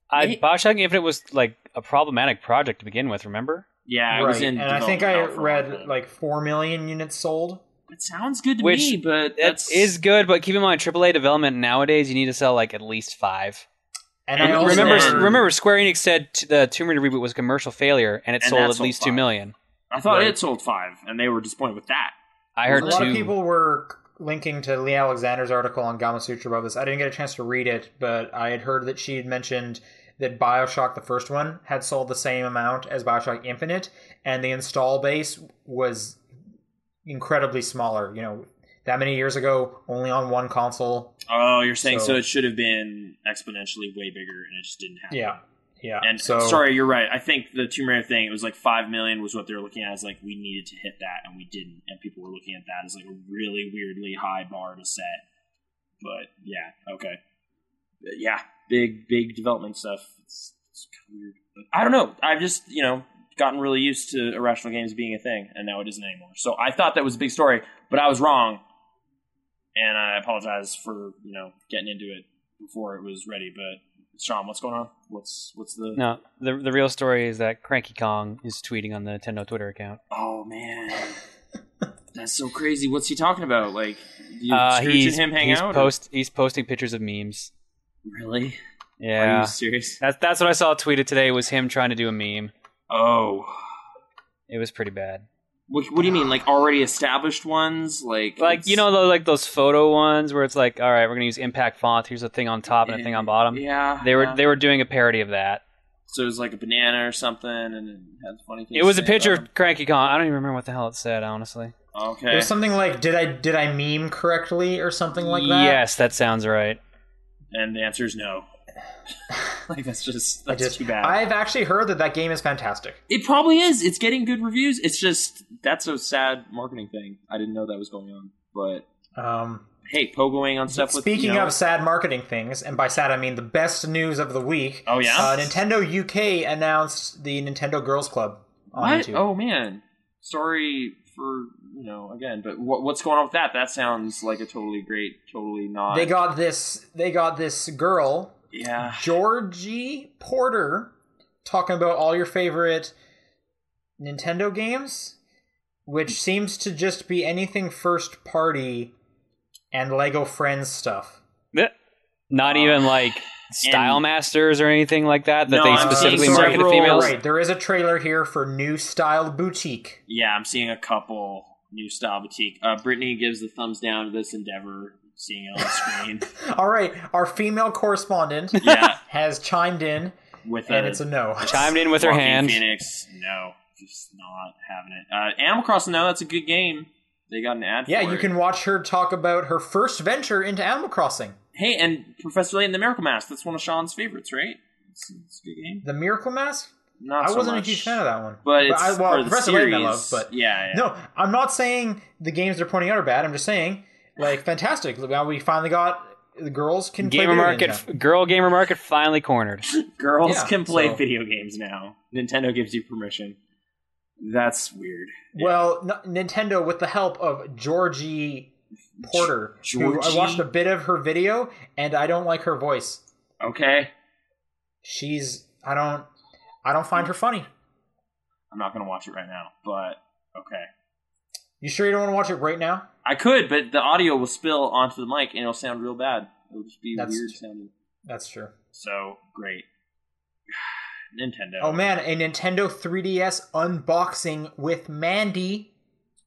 I,
It-
Bioshock Infinite was like a problematic project to begin with. Remember?
Yeah, it was in.
and I think I
development hell for a long
read
time.
like four million units sold.
That sounds good to
Which-
me, but
That
that's
is good, but keep in mind AAA development nowadays you need to sell like at least five.
And
And
I also
remember,
heard-
remember, Square Enix said t- the Tomb Raider reboot was a commercial failure, and it
And
sold
that
at
sold
least two
five.
million.
I thought
Right.
it sold five, and they were disappointed with that.
I
a
heard
lot
two.
of people were linking to Lee Alexander's article on Gama Sutra about this. I didn't get a chance to read it, but I had heard that she had mentioned that Bioshock, the first one, had sold the same amount as Bioshock Infinite, and the install base was incredibly smaller. You know, that many years ago, only on one console.
Oh, you're saying so,
So-
it should have been exponentially way bigger, and it just didn't happen.
Yeah, yeah.
And
so
sorry, you're right. I think the Tomb Raider thing, it was like five million was what they were looking at as like we needed to hit that and we didn't, and people were looking at that as like a really weirdly high bar to set. But yeah, okay. But yeah, big big development stuff. It's, it's kind of weird. But I don't know. I've just you know gotten really used to irrational games being a thing, and now it isn't anymore. So I thought that was a big story, but I was wrong, and I apologize for you know getting into it before it was ready, but. Sean, what's going on? What's what's the
No, the the real story is that Cranky Kong is tweeting on the Nintendo Twitter account.
Oh man, that's so crazy. What's he talking about? Like you,
Uh,
Scrooge
he's
and him hang
he's
out? or-
post he's posting pictures of memes.
really? Are
Yeah,
you serious?
that's that's what I saw tweeted today was him trying to do a meme.
Oh,
It was pretty bad.
what, what do you mean? Like already established ones? Like
Like
it's-
you know, the, like those photo ones where it's like, all right, we're gonna use impact font. Here's a thing on top and a thing on bottom.
Yeah,
They were
yeah.
they were doing a parody of that.
so it was like a banana or something, and it had funny. things
It was
to
a
say
picture
uh,
about
of Cranky Kong. I don't even remember what the hell it said, honestly.
him. Okay.
There's something like did I did I meme correctly or something like that?
Yes, that sounds right.
and the answer is no. like that's just
I
that's
just-
too bad.
I've actually heard that that game is fantastic.
it probably is. It's getting good reviews. It's just that's a sad marketing thing. I didn't know that was going on, but
Um,
hey, pogoing on stuff. with,
speaking
you know-
of sad marketing things, and by sad I mean the best news of the week.
Oh, yeah?
uh, Nintendo UK announced the Nintendo Girls Club on
what?
YouTube.
Oh man, sorry for you know again. But what, what's going on with that? That sounds like a totally great, totally not.
They got this. They got this girl,
yeah.
Georgie Porter, talking about all your favorite Nintendo games, which seems to just be anything first party and Lego Friends stuff.
Th- Not
Uh,
even like style
and-
masters or anything like that that
No,
they
I'm
specifically
seeing
market to
several-
females.
Right, there is a trailer here for New Style Boutique.
Yeah, I'm seeing a couple new style boutique. Uh, Brittany gives the thumbs down to this endeavor. Seeing it on screen.
All right, our female correspondent
yeah,
has chimed in,
with
and
a,
it's a no.
Chimed in with her
Walking
hand.
Phoenix, no, just not having it. Uh, Animal Crossing, no, that's a good game. They got an ad.
Yeah,
for
you
it.
can watch her talk about her first venture into Animal Crossing,
Hey, and Professor Layton, the Miracle Mask. That's one of Sean's favorites, right? It's, it's a good game.
The Miracle Mask.
Not
I
so
wasn't
much,
a huge fan of that one,
But it's
I, well,
for the
Professor
series.
Layton I love, but
yeah, yeah.
no, I'm not saying the games they're pointing out are bad. I'm just saying, like, fantastic. Look, Now we finally got the girls can play
Gamer
video
market,
games now.
girl gamer market finally cornered.
girls
Yeah,
can play
so-
video games now. Nintendo gives you permission. That's weird.
Well, n- Nintendo, with the help of Georgie Porter, who I
Georgie?
watched a bit of her video, and I don't like her voice.
Okay,
She's I don't I don't find her funny.
I'm not gonna watch it right now, but okay.
You sure you don't want to watch it right now?
I could, but the audio will spill onto the mic and it'll sound real bad. It'll just be
That's
weird
true.
sounding.
That's true.
So great. Nintendo.
Oh man, a Nintendo 3DS unboxing with Mandy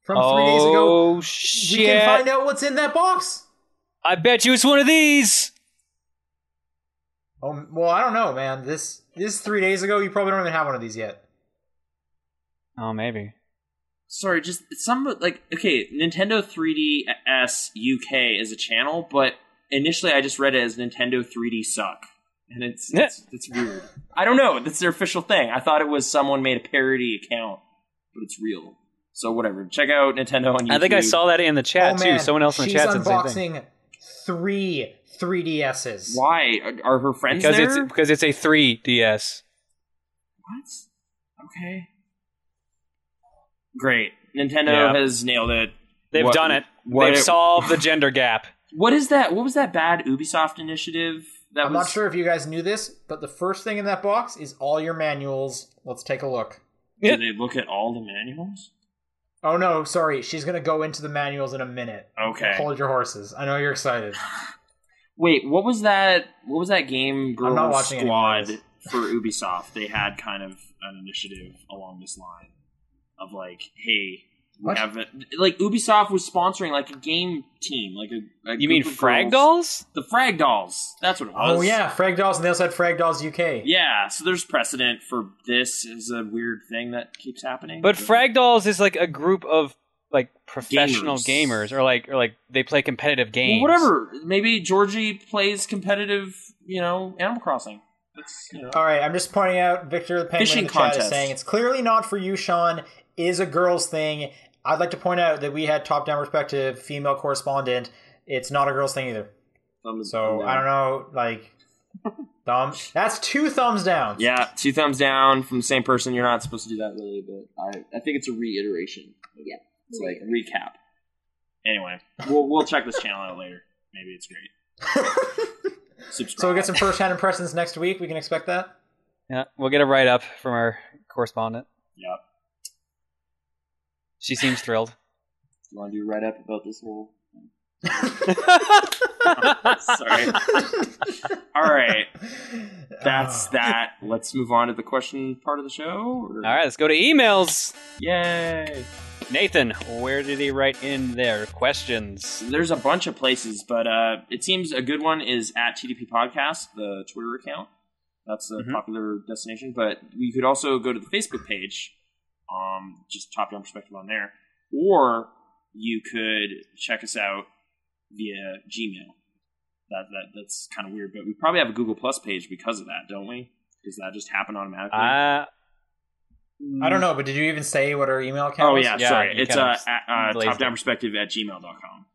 from three days ago.
oh
We
shit!
can find out what's in that box.
I bet you it's one of these.
Oh well, I don't know, man. This this is three days ago. You probably don't even have one of these yet.
Oh, maybe.
Sorry, just some like okay, Nintendo 3DS UK is a channel, but initially I just read it as Nintendo 3D suck, and it's
Yeah.
it's, it's weird. I don't know. That's their official thing. I thought it was someone made a parody account, but it's real. So whatever. Check out Nintendo on YouTube.
I think I saw that in the chat
oh
too.
man,
Someone else in the
she's
chat said the same thing.
unboxing three 3DSs.
Why are, are her friends
Because
there?
it's because it's a 3DS.
what? Okay. Great. Nintendo
Yeah.
has nailed it.
They've
What-
done it.
what
They've
it-
solved the gender gap.
What is that? What was that bad Ubisoft initiative? That
I'm
was
not sure if you guys knew this, but the first thing in that box is all your manuals. Let's take a look.
Yeah.
Did they look at all the manuals?
Oh no, sorry. She's gonna go into the manuals in a minute.
Okay.
Hold your horses. I know you're excited.
Wait, what was that? What was that game Girl
I'm not watching any
Squad
of this.
for Ubisoft? They had kind of an initiative along this line of like, hey, we
What?
have a, like Ubisoft was sponsoring like a game team, like a, a
You mean
group of
Frag
girls-
Dolls?
The Frag Dolls. That's what it was.
Oh yeah, Frag Dolls and they also had Frag Dolls UK.
yeah. So there's precedent for this. Is a weird thing that keeps happening.
But Frag Dolls is like a group of like professional
Gamers.
gamers, or like or like they play competitive games.
Well, whatever. Maybe Georgie plays competitive. You know, Animal Crossing. That's you know.
All right, I'm just pointing out Victor the Penguin
Fishing
in the chat
contest.
is saying it's clearly not for you, Sean. Is a girls thing. I'd like to point out that we had top down perspective, female correspondent. It's not a girls thing either.
thumbs
So
down.
I don't know, like thumb. That's two thumbs down.
Yeah, two thumbs down from the same person. You're not supposed to do that, really, but I, I think it's a reiteration. Yeah, it's like recap. Anyway, we'll we'll check this channel out later. Maybe it's great. Subscribe.
so we'll get some first hand impressions next week. We can expect that.
Yeah, we'll get a write up from our correspondent.
Yeah.
She seems thrilled.
You want to do write up about this whole? Sorry.
Sorry.
All right, that's
Ah. Uh,
that. Let's move on to the question part of the show. or-
All right, let's go to emails.
Yay.
Nathan, where did he write in their questions?
There's a bunch of places, but uh, it seems a good one is at TDP Podcast, the Twitter account. That's the
Mhm.
popular destination. But we could also go to the Facebook page, um, just top down perspective on there, or you could check us out via Gmail. That, that that's kind of weird, but we probably have a Google Plus page because of that, don't we? Does that just happen automatically?
Uh,
I don't know, but did you even say what our email account
Oh
was?
yeah,
Yeah,
sorry.
you
It's
kinda
uh,
just
at, uh,
blazed it.
top down perspective at gmail.com.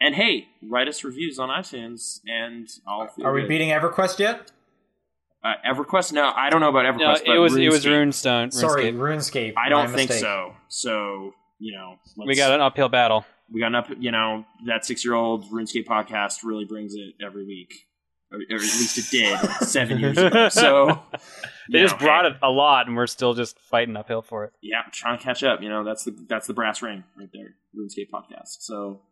And hey, write us reviews on iTunes, and I'll. Feel
Are we
good.
beating EverQuest yet?
uh, EverQuest? No, I don't know about
No,
EverQuest.
it was it was
Runescape.
RuneStone.
Sorry,
RuneScape.
RuneScape.
I don't
My
think
mistake.
so. So you know,
we got an uphill battle.
we got an up. You know, that six year old RuneScape podcast really brings it every week, or, or at least it did seven years ago. So
They
you
just
know,
brought it a lot, and we're still just fighting uphill for it.
yeah, trying to catch up. You know, that's the that's the brass ring right there, RuneScape podcast. So,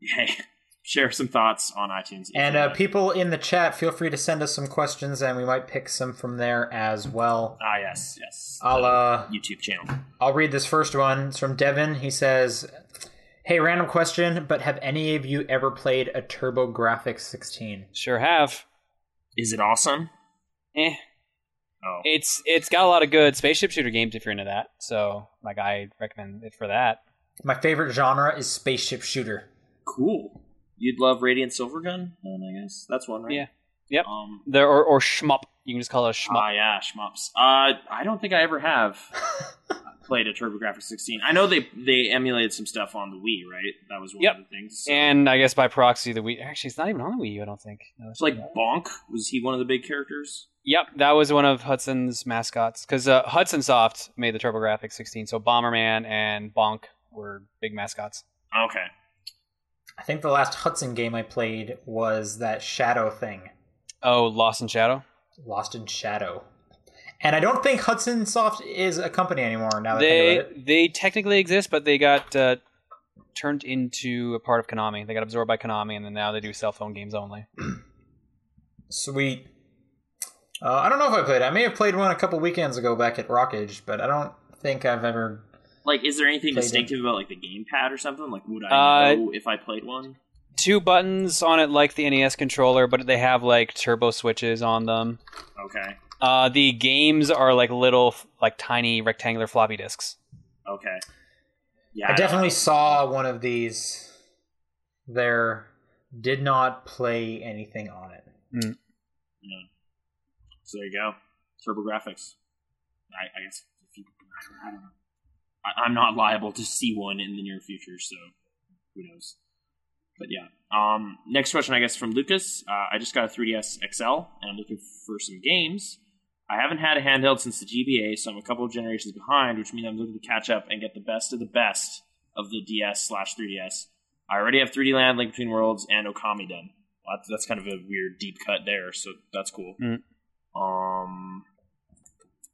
hey, share some thoughts on iTunes. if
And
you
uh,
want.
people in the chat, feel free to send us some questions, and we might pick some from there as well.
ah, yes, yes,
I'll uh,
YouTube channel.
I'll read this first one. It's from Devin. He says, "Hey, random question, but have any of you ever played a TurboGrafx 16?"
Sure have.
Is it awesome?
Eh,
Oh,
it's it's got a lot of good spaceship shooter games if you're into that. So like I recommend it for that.
My favorite genre is spaceship shooter.
cool. You'd love Radiant Silvergun, then I guess that's one, right?
Yeah. Yep.
Um,
There or or shmup. You can just call it
Ah,
a shmup.
yeah, shmups. Uh, I don't think I ever have played a TurboGrafx 16. I know they they emulated some stuff on the Wii, right? That was one
Yep.
of the things.
and I guess by proxy, the Wii. Actually, it's not even on the Wii U. I don't think. No,
it's like Bonk. Was he one of the big characters?
Yep, that was one of Hudson's mascots because uh, Hudson Soft made the TurboGrafx 16, so Bomberman and Bonk were big mascots.
Okay.
I think the last Hudson game I played was that Shadow thing,
Oh, Lost in Shadow.
Lost in Shadow. And I don't think Hudson Soft is a company anymore. Now that I think
They
about it.
they technically exist, but they got uh, turned into a part of Konami. They got absorbed by Konami, and then now they do cell phone games only.
sweet. Uh, I don't know if I played. it. I may have played one a couple weekends ago back at Rockage, but I don't think I've ever.
Like, is there anything
Played
distinctive about like the gamepad or something? Like, would I
Uh,
know if I played one?
Two buttons on it like the NES controller, but they have like turbo switches on them.
Okay.
Uh, the games are like little, f- like tiny rectangular floppy disks.
Okay. Yeah.
I
I-
definitely saw one of these. There did not play anything on it.
So there you go. TurboGrafx. I, I guess if you, I don't know. I, I'm not liable to see one in the near future, so who knows. But yeah. Um, next question, I guess, from Lucas. Uh, I just got a 3DS XL, and I'm looking for some games. I haven't had a handheld since the GBA, so I'm a couple of generations behind, which means I'm looking to catch up and get the best of the best of the DS slash 3DS. I already have 3D Land, Link Between Worlds, and Okami done. Well, that's, that's kind of a weird deep cut there, so that's cool.
Mm.
Um,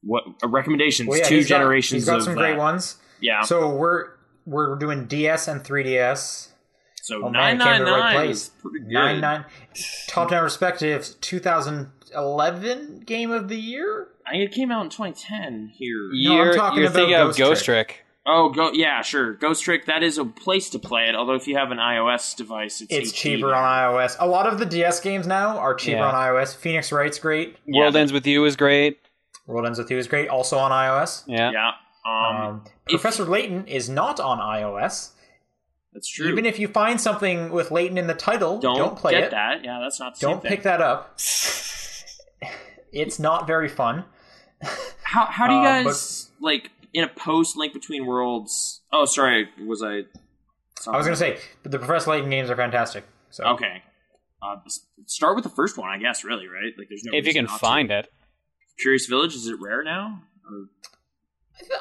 what uh, recommendations?
Well, yeah,
Two
he's got-
generations
He's got
of uh,
some
that.
great ones.
Yeah, so,
So we're we're doing DS and 3DS. Oh,
nine
man, it came
nine
to the right
nine
place.
is pretty good.
Nine nine, top down respective 2011 game of the year.
I think it came out in 2010 here.
No, I'm
you're
talking
you're
about
thinking of
Ghost
Ghost
Trick.
Trick.
Oh, go yeah, sure. Ghost Trick. That is a place to play it. Although if you have an iOS device, it's,
It's
HP.
cheaper on iOS. A lot of the DS games now are cheaper
Yeah.
on iOS. Phoenix Wright's great.
Yeah.
World Ends with You is great.
World Ends with You is great, also on iOS.
Yeah.
Yeah, um,
Um,
if-
Professor Layton is not on iOS.
that's true.
Even if you find something with Layton in the title,
don't,
don't, play
get
it.
that. Yeah, that's not. The
Don't
same
pick
thing.
that up. It's not very fun.
How how do you
Uh,
guys like in a post Link Between Worlds? Oh, sorry, was I?
I was going to say, but the Professor Layton games are fantastic. So
Okay. Uh, s- start with the first one, I guess. Really, right? Like, there's no.
If you
reason
can
not to.
find it.
Curious Village, is it rare now? Or-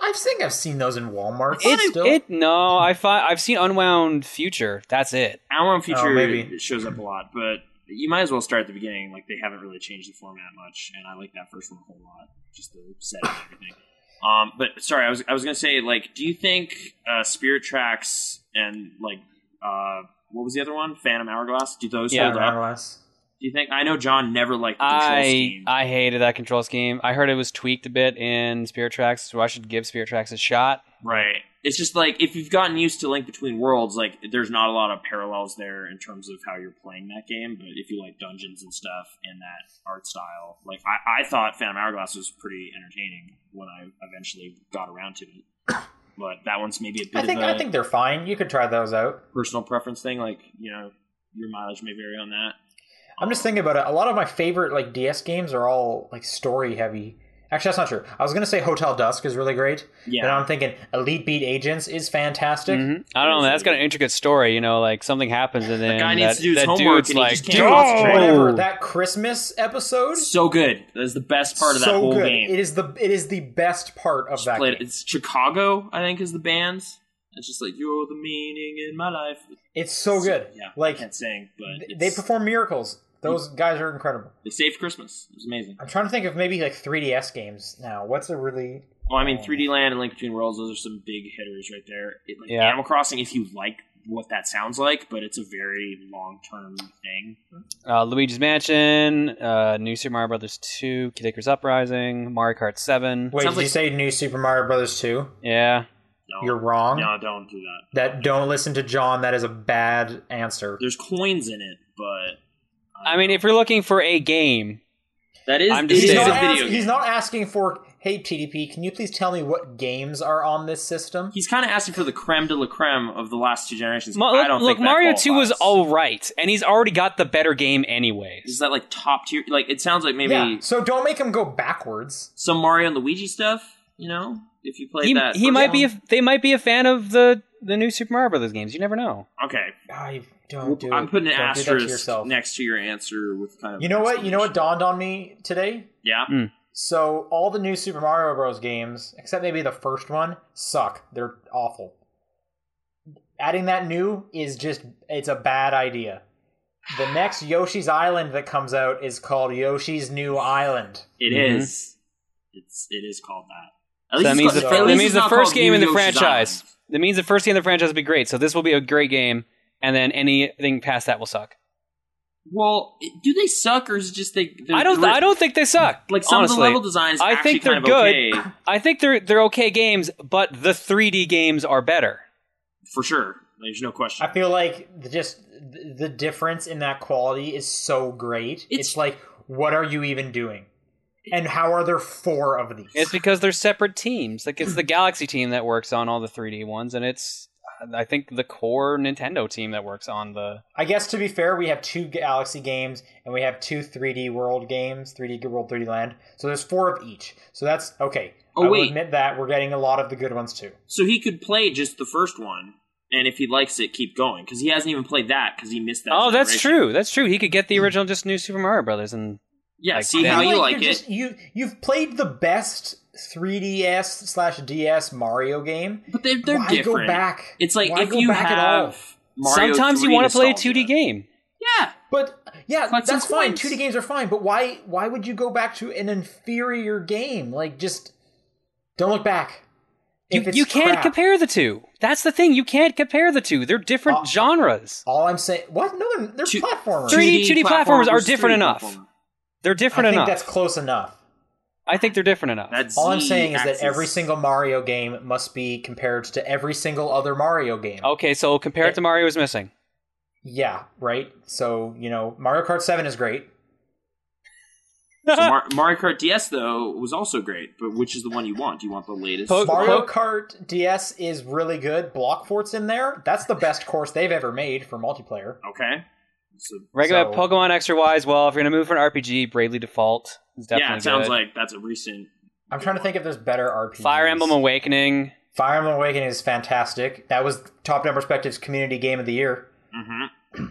I think I've seen those in Walmart.
It,
still.
it no, I fi- I've seen Unwound Future. That's it.
Outworn Future
Oh, maybe.
shows up a lot, but you might as well start at the beginning. Like they haven't really changed the format much, and I like that first one a whole lot. Just the set and everything. Um, but sorry, I was I was gonna say like, do you think uh, Spirit Tracks and like uh, what was the other one? Phantom Hourglass. Do those
Yeah,
hold up?
iOS.
Do you think? I know John never liked the control
I
scheme.
I hated that control scheme. I heard it was tweaked a bit in Spirit Tracks, so I should give Spirit Tracks a shot.
Right. It's just like if you've gotten used to Link Between Worlds, like there's not a lot of parallels there in terms of how you're playing that game. But if you like dungeons and stuff and that art style, like I, I thought Phantom Hourglass was pretty entertaining when I eventually got around to it. But that one's maybe a bit
I think
of a
I think they're fine. You could try those out.
personal preference thing. Like you know, your mileage may vary on that.
I'm just thinking about it. A lot of my favorite like DS games are all like story heavy. Actually, that's not true. I was gonna say Hotel Dusk is really great, but
Yeah.
now I'm thinking Elite Beat Agents is fantastic.
Mm-hmm.
Mhm. I don't know. That's got an intricate story. You know, like something happens and then
guy
that,
needs to do his
that
homework
dude's
and he
like,
just
Dude,
can't
"Go!"
whatever that Christmas episode.
So good. That is the best part of that
um, so
whole
good.
game.
It is the it is the best part of
Just
that
played-
game.
It's Chicago, I think, is the band. It's just like you're the meaning in my life.
It's so good.
Yeah,
Like,
I can't sing, but
Th-
it's, Mm.
They perform miracles. Those guys are incredible.
they saved Christmas. It was amazing.
I'm trying to think of maybe like 3DS games now. What's a really
Oh, I mean, 3D Land and Link Between Worlds, those are some big hitters right there. It, like,
Yeah.
Animal Crossing, if you like what that sounds like, but it's a very long term thing.
Uh, Luigi's Mansion, uh, New Super Mario Brothers 2, Kid Icarus Uprising, Mario Kart 7.
Wait,
Sounds
did
like-
you say New Super Mario Brothers 2?
Yeah.
No,
You're wrong.
No, don't do that.
That don't listen to John. That is a bad answer.
There's coins in it, but
I mean, if you're looking for a game,
that is,
I'm
it
just
is
He's
a
saying.
not,
video.
ask-
game.
he's not asking for, hey TDP, can you please tell me what games are on this system?
He's kind of asking for the creme de la creme of the last two generations.
Ma-
I
look,
don't
look,
think that
Mario 2 was
qualifies.
all right, and he's already got the better game anyways.
Is that like top tier? Like it sounds like maybe
Yeah. So don't make him go backwards.
some Mario and Luigi stuff. You know, if you played
He,
that,
he
first
might be. A,
one.
they might be a fan of the the new Super Mario Brothers games. You never know.
okay.
I don't do
I'm
it.
putting an
Don't do that to
asterisk
yourself.
next to your answer with kind of.
You know what? You know what
explanation.
dawned on me today?
Yeah.
So all the new Super Mario Bros. games, except maybe the first one, suck. They're awful. Adding that new is just it's a bad idea. The next Yoshi's Island that comes out is called Yoshi's New Island.
It
Mhm.
is. It's it is called that. At
So that
it's
means
called-
the-
at
that
least
means
it's
the
not
first
called
game
New
in the
Yoshi's
franchise.
Island.
That means the first game in the franchise will be great. So this will be a great game, and then anything past that will suck.
Well, do they suck or is it just they? they're-
I don't.
they're-
I don't think they suck.
like some
honestly.
of the level designs.
I
actually
think they're
kind of
good.
okay,
I think they're they're okay games, but the 3D games are better.
for sure. There's no question.
I feel like the, just th- the difference in that quality is so great. It's,
It's-
like, what are you even doing? And how are there four of these?
It's because they're separate teams. Like it's the Galaxy team that works on all the 3D ones, and it's I think the core Nintendo team that works on the.
I guess to be fair, we have two Galaxy games and we have two 3D World games, 3D World, 3D Land. So there's four of each. So that's okay.
Oh,
I will
wait.
admit that we're getting a lot of the good ones too.
so he could play just the first one, and if he likes it, keep going because he hasn't even played that because he missed that.
oh, that's
generation.
true. That's true. He could get the
Hmm.
original, just new Super Mario Brothers, and
Yeah,
Like
see
that.
how
I
you
feel
like
you're
it.
just- you you've played the best 3DS slash DS Mario game.
But they're, they're
Why
different.
go back?
It's like
Why
if
go
you
back at all?
have Mario
sometimes you
3
want to play a
nostalgia-
2D game.
Yeah,
But yeah,
Collect some
that's fine.
coins.
2D games are fine, but why why would you go back to an inferior game? Like just don't look back.
You,
If it's
you can't
crap.
compare the two. That's the thing. You can't compare the two. They're different
Uh,
genres.
All I'm saying, what? No, they're, they're
Two-
platformers.
3D 2D platformers are
versus
different
3D
enough.
platformer.
They're
I
different
think
enough.
that's close enough.
I think they're different enough.
That
All I'm
Z
saying is that
axis-
every single Mario game must be compared to every single other Mario game.
okay, so compare it to Mario is missing.
Yeah, right. So you know, Mario Kart Seven is great.
So Mar- Mario Kart DS though was also great, but which is the one you want? Do you want the latest?
Po-
Mario
Well-
Kart DS is really good. Block Fort's in there. That's the best course they've ever made for multiplayer.
okay. So,
Regular
So-
Pokemon Extra Wise. Well, if you're gonna move for an RPG, Bravely Default is definitely
yeah, it sounds
good.
like that's a recent.
I'm trying to think if there's better RPGs.
Fire Emblem Awakening.
Fire Emblem Awakening is fantastic. That was Top Down Perspective's community game of the year.
Mm-hmm.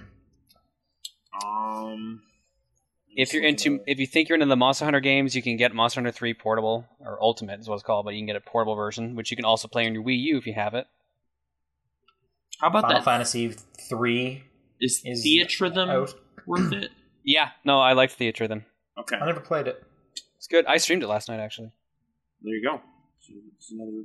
Um,
If you're into, if you think you're into the Monster Hunter games, you can get Monster Hunter 3 Portable or Ultimate is what it's called, but you can get a portable version, which you can also play on your Wii U if you have it.
how about
Final
that? Um,
Fantasy Three
Is,
is
Theatrhythm
out.
worth it?
Yeah, no, I liked Theater them.
Okay,
I never played it.
It's good. I streamed it last night actually.
there you go. So it's another.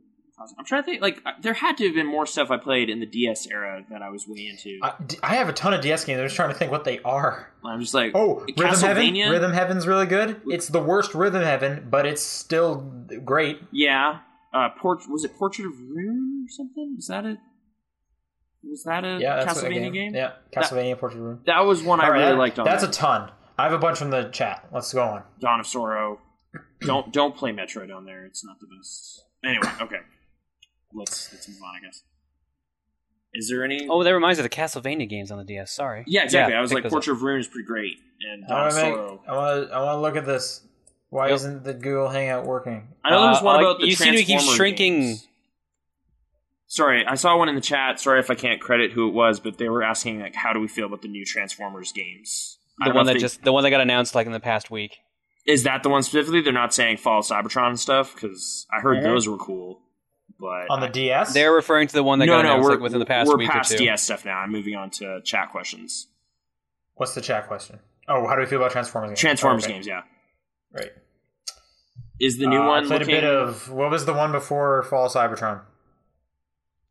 I'm trying to think. Like, I- there had to have been more stuff I played in the DS era that I was way into.
I, d- I have a ton of DS games. I'm just trying to think what they are.
I'm just like,
Oh, Rhythm Heaven.
Castlevania.
Rhythm Heaven's really good. It's the worst Rhythm Heaven, but it's still great.
Yeah. Uh, port was it Portrait of Rune or something? Was that it? Was that a
Yeah, that's
Uh, Castlevania
a game. Yeah, Castlevania Portrait of Rune.
That was one I
All right,
really
that-
liked. On
That's
there.
a ton. I have a bunch from the chat. Let's go on.
Dawn of Sorrow. Don't don't play Metroid on there. It's not the best. Anyway, okay. Let's let's move on. I guess. Is there any?
Oh, that reminds me of the Castlevania games on the DS. Sorry.
yeah, exactly. I was
pick
like,
those
Portrait of Rune is pretty great, and Dawn
I
of
want to make.
Sorrow.
I want. I want to look at this. Why
Yep.
isn't the Google Hangout working?
I know there's
Uh,
one
like,
about the
you seem to keep
Transformer
shrinking-
games. Sorry, I saw one in the chat. Sorry if I can't credit who it was, but they were asking like, how do we feel about the new Transformers games? I
The
don't know
one
if
that
they-
just the one that got announced like in the past week.
is that the one specifically? They're not saying Fall of Cybertron and stuff because I heard
Mhm.
those were cool. But
on the DS.
They're referring to the one that
no,
got
no,
announced
we're
like within the past
we're
week
past
or two.
DS stuff now. I'm moving on to chat questions.
What's the chat question? Oh, how do we feel about Transformers? games?
Transformers
Oh, okay.
games, yeah.
Right.
Is the new
Uh, I
one
played
looking
a bit of what was the one before Fall Cybertron?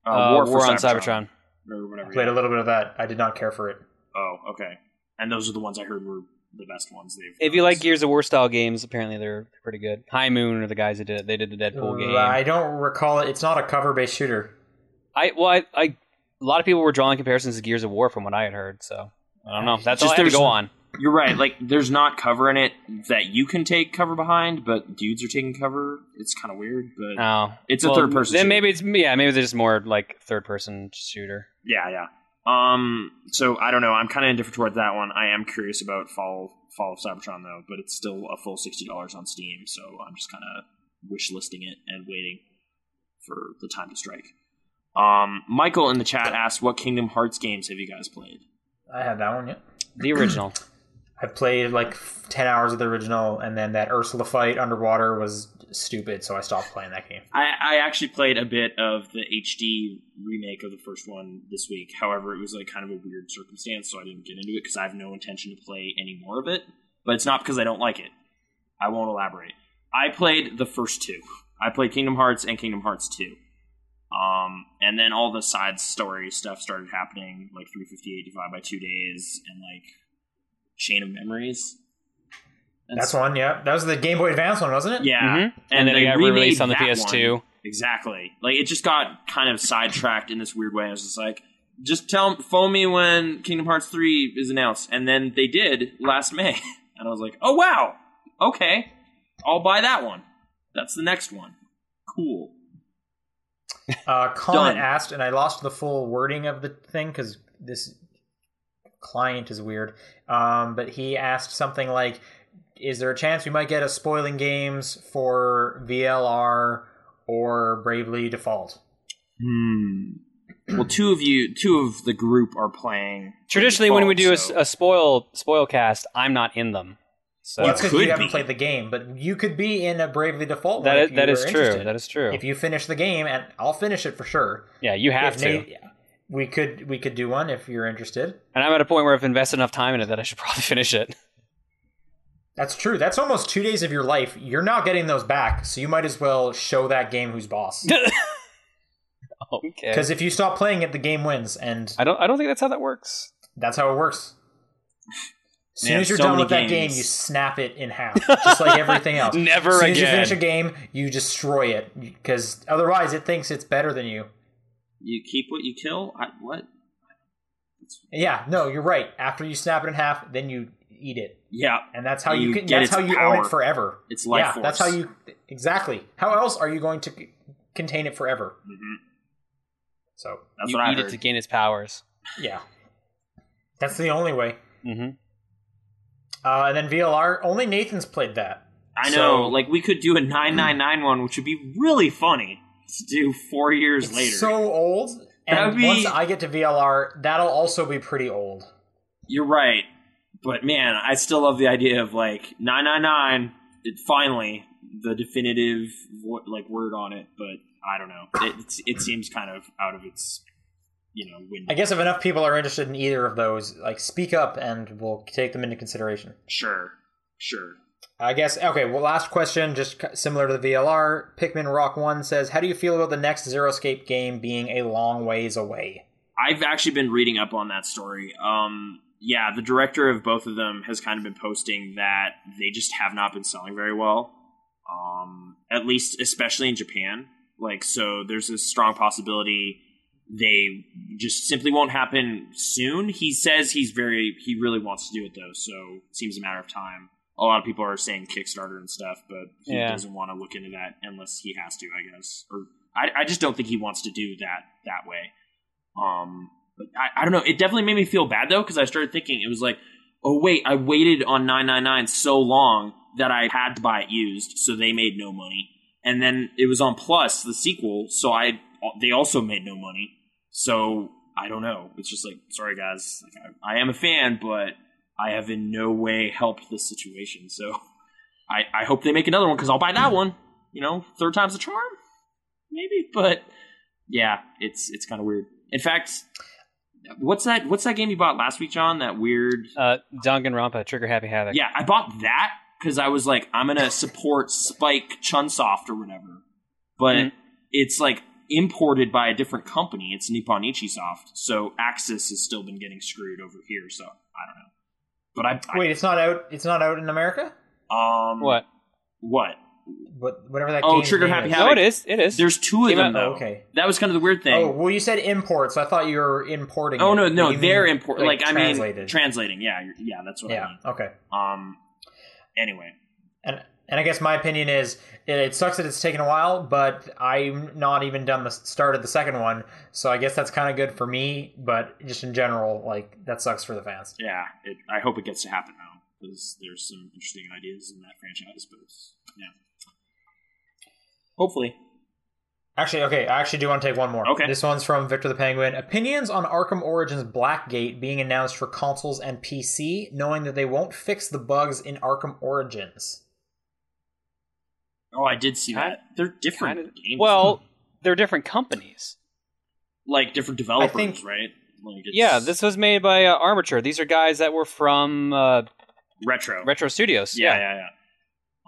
uh,
Uh,
War,
War,
for
on
Cybertron,
Cybertron.
or whatever?
Played
yeah.
a little bit of that. I did not care for it.
Oh, okay. And those are the ones I heard were the best ones they've.
If you like
released.
Gears of War style games, apparently they're pretty good. High Moon are the guys that did it. They did the Deadpool game.
Uh, I don't recall it. It's not a cover-based shooter.
I well, I, I a lot of people were drawing comparisons to Gears of War from what I had heard. So I don't know. That's
Just
all I had to
there's-
go on.
you're right. Like, there's not cover in it that you can take cover behind, but dudes are taking cover. It's kind of weird, but
No,
it's a
Uh, Oh, Well,
third person.
Then
shooter.
maybe it's yeah, maybe they're just more like third person shooter.
Yeah, yeah. Um, so I don't know. I'm kind of indifferent toward that one. I am curious about Fall Fall of Cybertron though, but it's still a full sixty dollars on Steam, so I'm just kind of wish listing it and waiting for the time to strike. Um, Michael in the chat asked, "What Kingdom Hearts games have you guys played?"
I had that one yet.
The original.
I played like f- ten hours of the original, and then that Ursula fight underwater was stupid, so I stopped playing that game.
I, I actually played a bit of the HD remake of the first one this week. However, it was like kind of a weird circumstance, so I didn't get into it because I have no intention to play any more of it. But it's not because I don't like it. I won't elaborate. I played the first two. I played Kingdom Hearts and Kingdom Hearts Two. Um, and then all the side story stuff started happening, like 358 divided by two days, and like Chain of Memories. And
That's
so-
one. Yeah, that was the Game Boy Advance one, wasn't it?
Yeah,
Mhm.
and,
And, then
they
it got
remade
re-released on the
that one.
PS2.
Exactly. Like it just got kind of sidetracked in this weird way. I was just like, just tell phone me when Kingdom Hearts three is announced, and then they did last May, and I was like, oh wow, okay, I'll buy that one. That's the next one. Cool.
Uh, Colin
Done.
asked, and I lost the full wording of the thing because this client is weird. Um, but he asked something like, "Is there a chance we might get a spoiling games for VLR or Bravely Default?"
Hmm. Well, two of you, two of the group are playing.
Traditionally, when we do a,
so-
a spoil spoil cast, I'm not in them. So
Well, that's because you
could
haven't
be.
played the game, but you could be in a Bravely Default.
that
one
is,
if you
that
were
is true.
interested.
That is true.
If you finish the game, and I'll finish it for sure.
yeah, you have
If
to.
Nate- we could we could do one if you're interested.
and I'm at a point where I've invested enough time in it that I should probably finish it.
That's true. That's almost two days of your life. You're not getting those back, so you might as well show that game who's boss.
okay.
Because if you stop playing it, the game wins, and
I don't. I don't think that's how that works.
that's how it works. As soon
Man,
as you're
so
done
many
with that game,
games.
you snap it in half, just like everything else.
Never
as soon
again.
As you finish a game, you destroy it because otherwise, it thinks it's better than you.
You keep what you kill. I, what?
Yeah, no, you're right. After you snap it in half, then you eat it,
Yeah,
and that's how
And
you,
you
can.
get
That's
its
how you own
power.
it forever.
it's life
yeah,
force.
that's how you exactly. How else are you going to c- contain it forever?
Mhm.
So
That's
you
what I
eat
heard.
it to gain its powers.
yeah, that's the only way.
Mm-hmm.
Uh, and then VLR, only Nathan's played that.
I know,
So-
like we could do a 999 one, which would be really funny to do four years
It's
later.
so old.
That
And
would be-
once I get to VLR, that'll also be pretty old.
You're right, but man, I still love the idea of like 999. It finally the definitive wo- like word on it, but I don't know. It it's- it seems kind of out of its you know window.
I guess if enough people are interested in either of those, like speak up and we'll take them into consideration.
Sure, sure.
I guess okay. Well, last question, just k- similar to the VLR. Pikmin Rock One says, "How do you feel about the next Zeroscape game being a long ways away?"
I've actually been reading up on that story. Um, yeah, the director of both of them has kind of been posting that they just have not been selling very well. Um, at least, especially in Japan. Like, so there's a strong possibility they just simply won't happen soon. He says he's very, he really wants to do it though, so it seems a matter of time. A lot of people are saying Kickstarter and stuff, but he
Yeah.
doesn't want to look into that unless he has to, I guess. Or I, I just don't think he wants to do that that way. Um, but I, I don't know. It definitely made me feel bad though because I started thinking it was like, oh wait, I waited on nine nine nine so long that I had to buy it used, so they made no money. And then it was on Plus the sequel, so I they also made no money. So I don't know. It's just like, sorry guys, like, I, I am a fan, but I have in no way helped this situation. So I, I hope they make another one because I'll buy that one. You know, third time's a charm. maybe, but yeah, it's it's kind of weird. In fact, what's that? What's that game you bought last week, John? That weird.
Uh, Danganronpa, Trigger Happy Havoc.
Yeah, I bought that because I was like, I'm gonna support Spike Chunsoft or whatever, but
Mm-hmm.
Mhm.
it's like imported by a different company. It's Nippon Ichisoft, so Axis has still been getting screwed over here. So I don't know, but I, I
Wait, it's not out. It's not out in America.
um
What?
what
What whatever that.
Oh,
game's
Trigger
name
Happy
is.
Havoc.
No, it is. It is.
There's two of
Came
them
out-
Oh,
though.
okay.
That was kind of the weird thing.
Oh well, you said imports. I thought you were importing.
Oh
it.
no, no,
You
they're
mean,
important. Like, I mean,
translated.
translating. Yeah, you're- yeah, that's what I
yeah.
mean.
Okay.
Um. Anyway,
And and I guess my opinion is it, it sucks that it's taken a while, but I'm not even done the start of the second one, so I guess that's kind of good for me. But just in general, like that sucks for the fans.
yeah, it, I hope it gets to happen now because there's some interesting ideas in that franchise. But it's, yeah, hopefully.
Actually, okay, I actually do want to take one more.
Okay.
This one's from Victor the Penguin. Opinions on Arkham Origins Blackgate being announced for consoles and PC, knowing that they won't fix the bugs in Arkham Origins.
Oh, I did see
Kind-
that. They're different
kinda-
games.
well, they're different companies.
like different developers,
think-
right? Like it's
Yeah, this was made by uh, Armature. These are guys that were from uh,
retro.
Retro Studios.
yeah, yeah, yeah.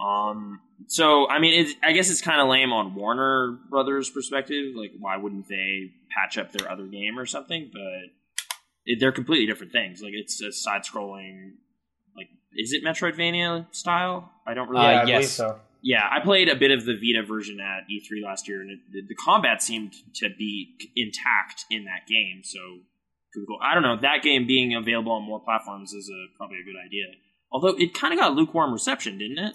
Um, so I mean, it's, I guess it's kind of lame on Warner Brothers' perspective. Like, why wouldn't they patch up their other game or something? But it, they're completely different things. Like, it's a side-scrolling. Like, is it Metroidvania style? I don't really.
Uh,
yeah, I believe
yes.
so.
yeah, I played a bit of the Vita version at E3 last year, and it, the, the combat seemed to be c- intact in that game. So Google, I don't know, that game being available on more platforms is a, probably a good idea. Although it kind of got lukewarm reception, didn't it?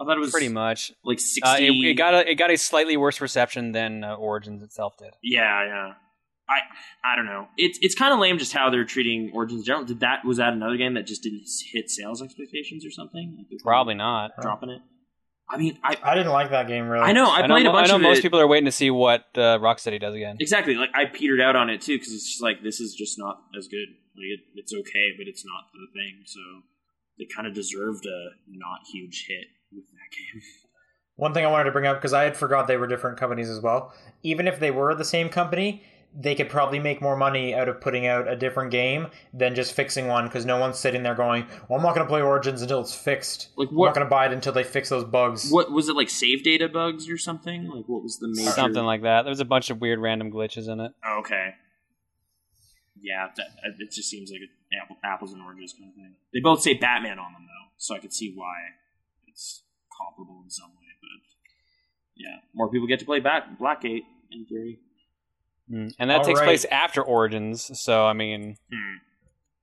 I thought it was
pretty much.
like sixty.
Uh, it, it got a, it got a slightly worse reception than uh, Origins itself did.
yeah, yeah. I I don't know. It's it's kind of lame just how they're treating Origins in general. Did that was that another game that just didn't s- hit sales expectations or something? Like they're
Probably not.
dropping it. I mean, I
I didn't like that game really.
I know I,
I know,
played a
mo- I
bunch
know
of
most
it.
people are waiting to see what uh, Rocksteady does again.
Exactly. Like I petered out on it too because it's just like this is just not as good. Like it, it's okay, but it's not the thing. So they kind of deserved a not huge hit with that game.
One thing I wanted to bring up because I had forgot they were different companies as well. Even if they were the same company, they could probably make more money out of putting out a different game than just fixing one because no one's sitting there going, "Well, I'm not going to play Origins until it's fixed.
Like
I'm
what?
not going to buy it until they fix those bugs."
What was it like? Save data bugs or something? Like what was the major?
Something like that. There was a bunch of weird random glitches in it.
Oh, okay. Yeah, that, uh, it just seems like a, apple, apples and oranges kind of thing. They both say Batman on them though, so I could see why it's comparable in some way. But yeah, more people get to play Bat Blackgate in theory.
Mm. And that
All
takes
right.
place after Origins, so I mean,
Hmm.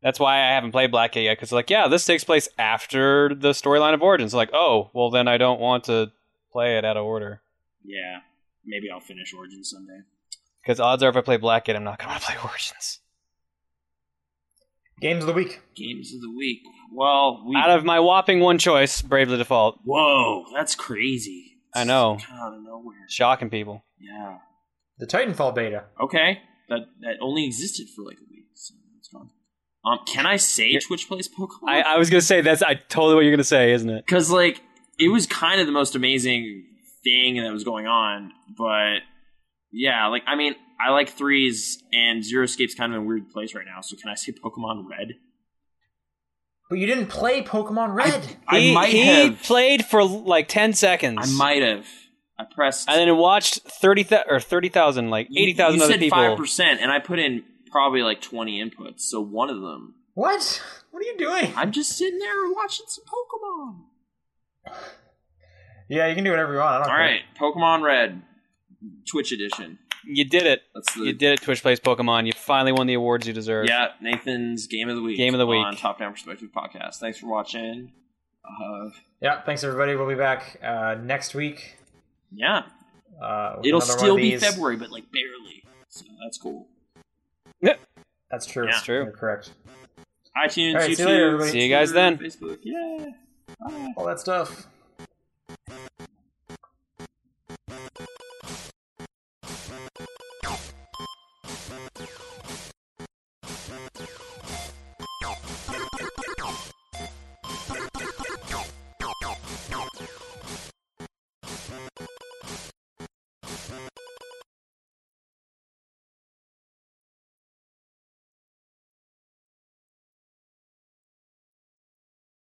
that's why I haven't played Blackgate yet. Because like, yeah, this takes place after the storyline of Origins. Like, oh, well, then I don't want to play it out of order.
Yeah, maybe I'll finish Origins someday.
Because odds are, if I play Blackgate, I'm not going to play Origins.
Games of the week.
Games of the week. Well, we.
Out of my whopping one choice, Bravely Default,
whoa, that's crazy.
I know.
Kinda Out of nowhere.
shocking people.
Yeah.
The Titanfall beta.
Okay. That that only existed for like a week, so it's gone. Um, can I say
You're-
Twitch plays Pokemon?
I, I was going to say that's I totally what you're going to say, isn't it?
because like it was kind of the most amazing thing that was going on but yeah like i mean i like threes and zero escape's kind of in a weird place right now so can i say pokemon red
But you didn't play Pokemon Red.
i
he,
might
he
have
played for like ten seconds.
i might have i pressed
and then watched thirty th- or thirty thousand, like
You-
eighty thousand
you
other
said
people.
Five percent, and I put in probably like twenty inputs. So one of them,
what? What are you doing?
I'm just sitting there watching some Pokemon.
Yeah, you can do whatever you want. I don't
All
care.
right, Pokemon Red, Twitch edition.
You did it.
That's the
You did it, Twitch Plays Pokemon. You finally won the awards you deserve.
yeah Nathan's game of the week.
Game of the week.
on Top Down Perspective podcast. Thanks for watching. Uh,
Yeah. Thanks everybody. We'll be back uh, next week.
yeah,
Uh, with
it'll
another one
still
of
be
these.
February, but like barely. So that's cool.
That's true.
Yeah.
That's
That's
true.
You're correct.
iTunes,
All right,
YouTube,
see you later, everybody.
See you guys
Twitter,
then.
Facebook. Yeah. Bye.
All that stuff.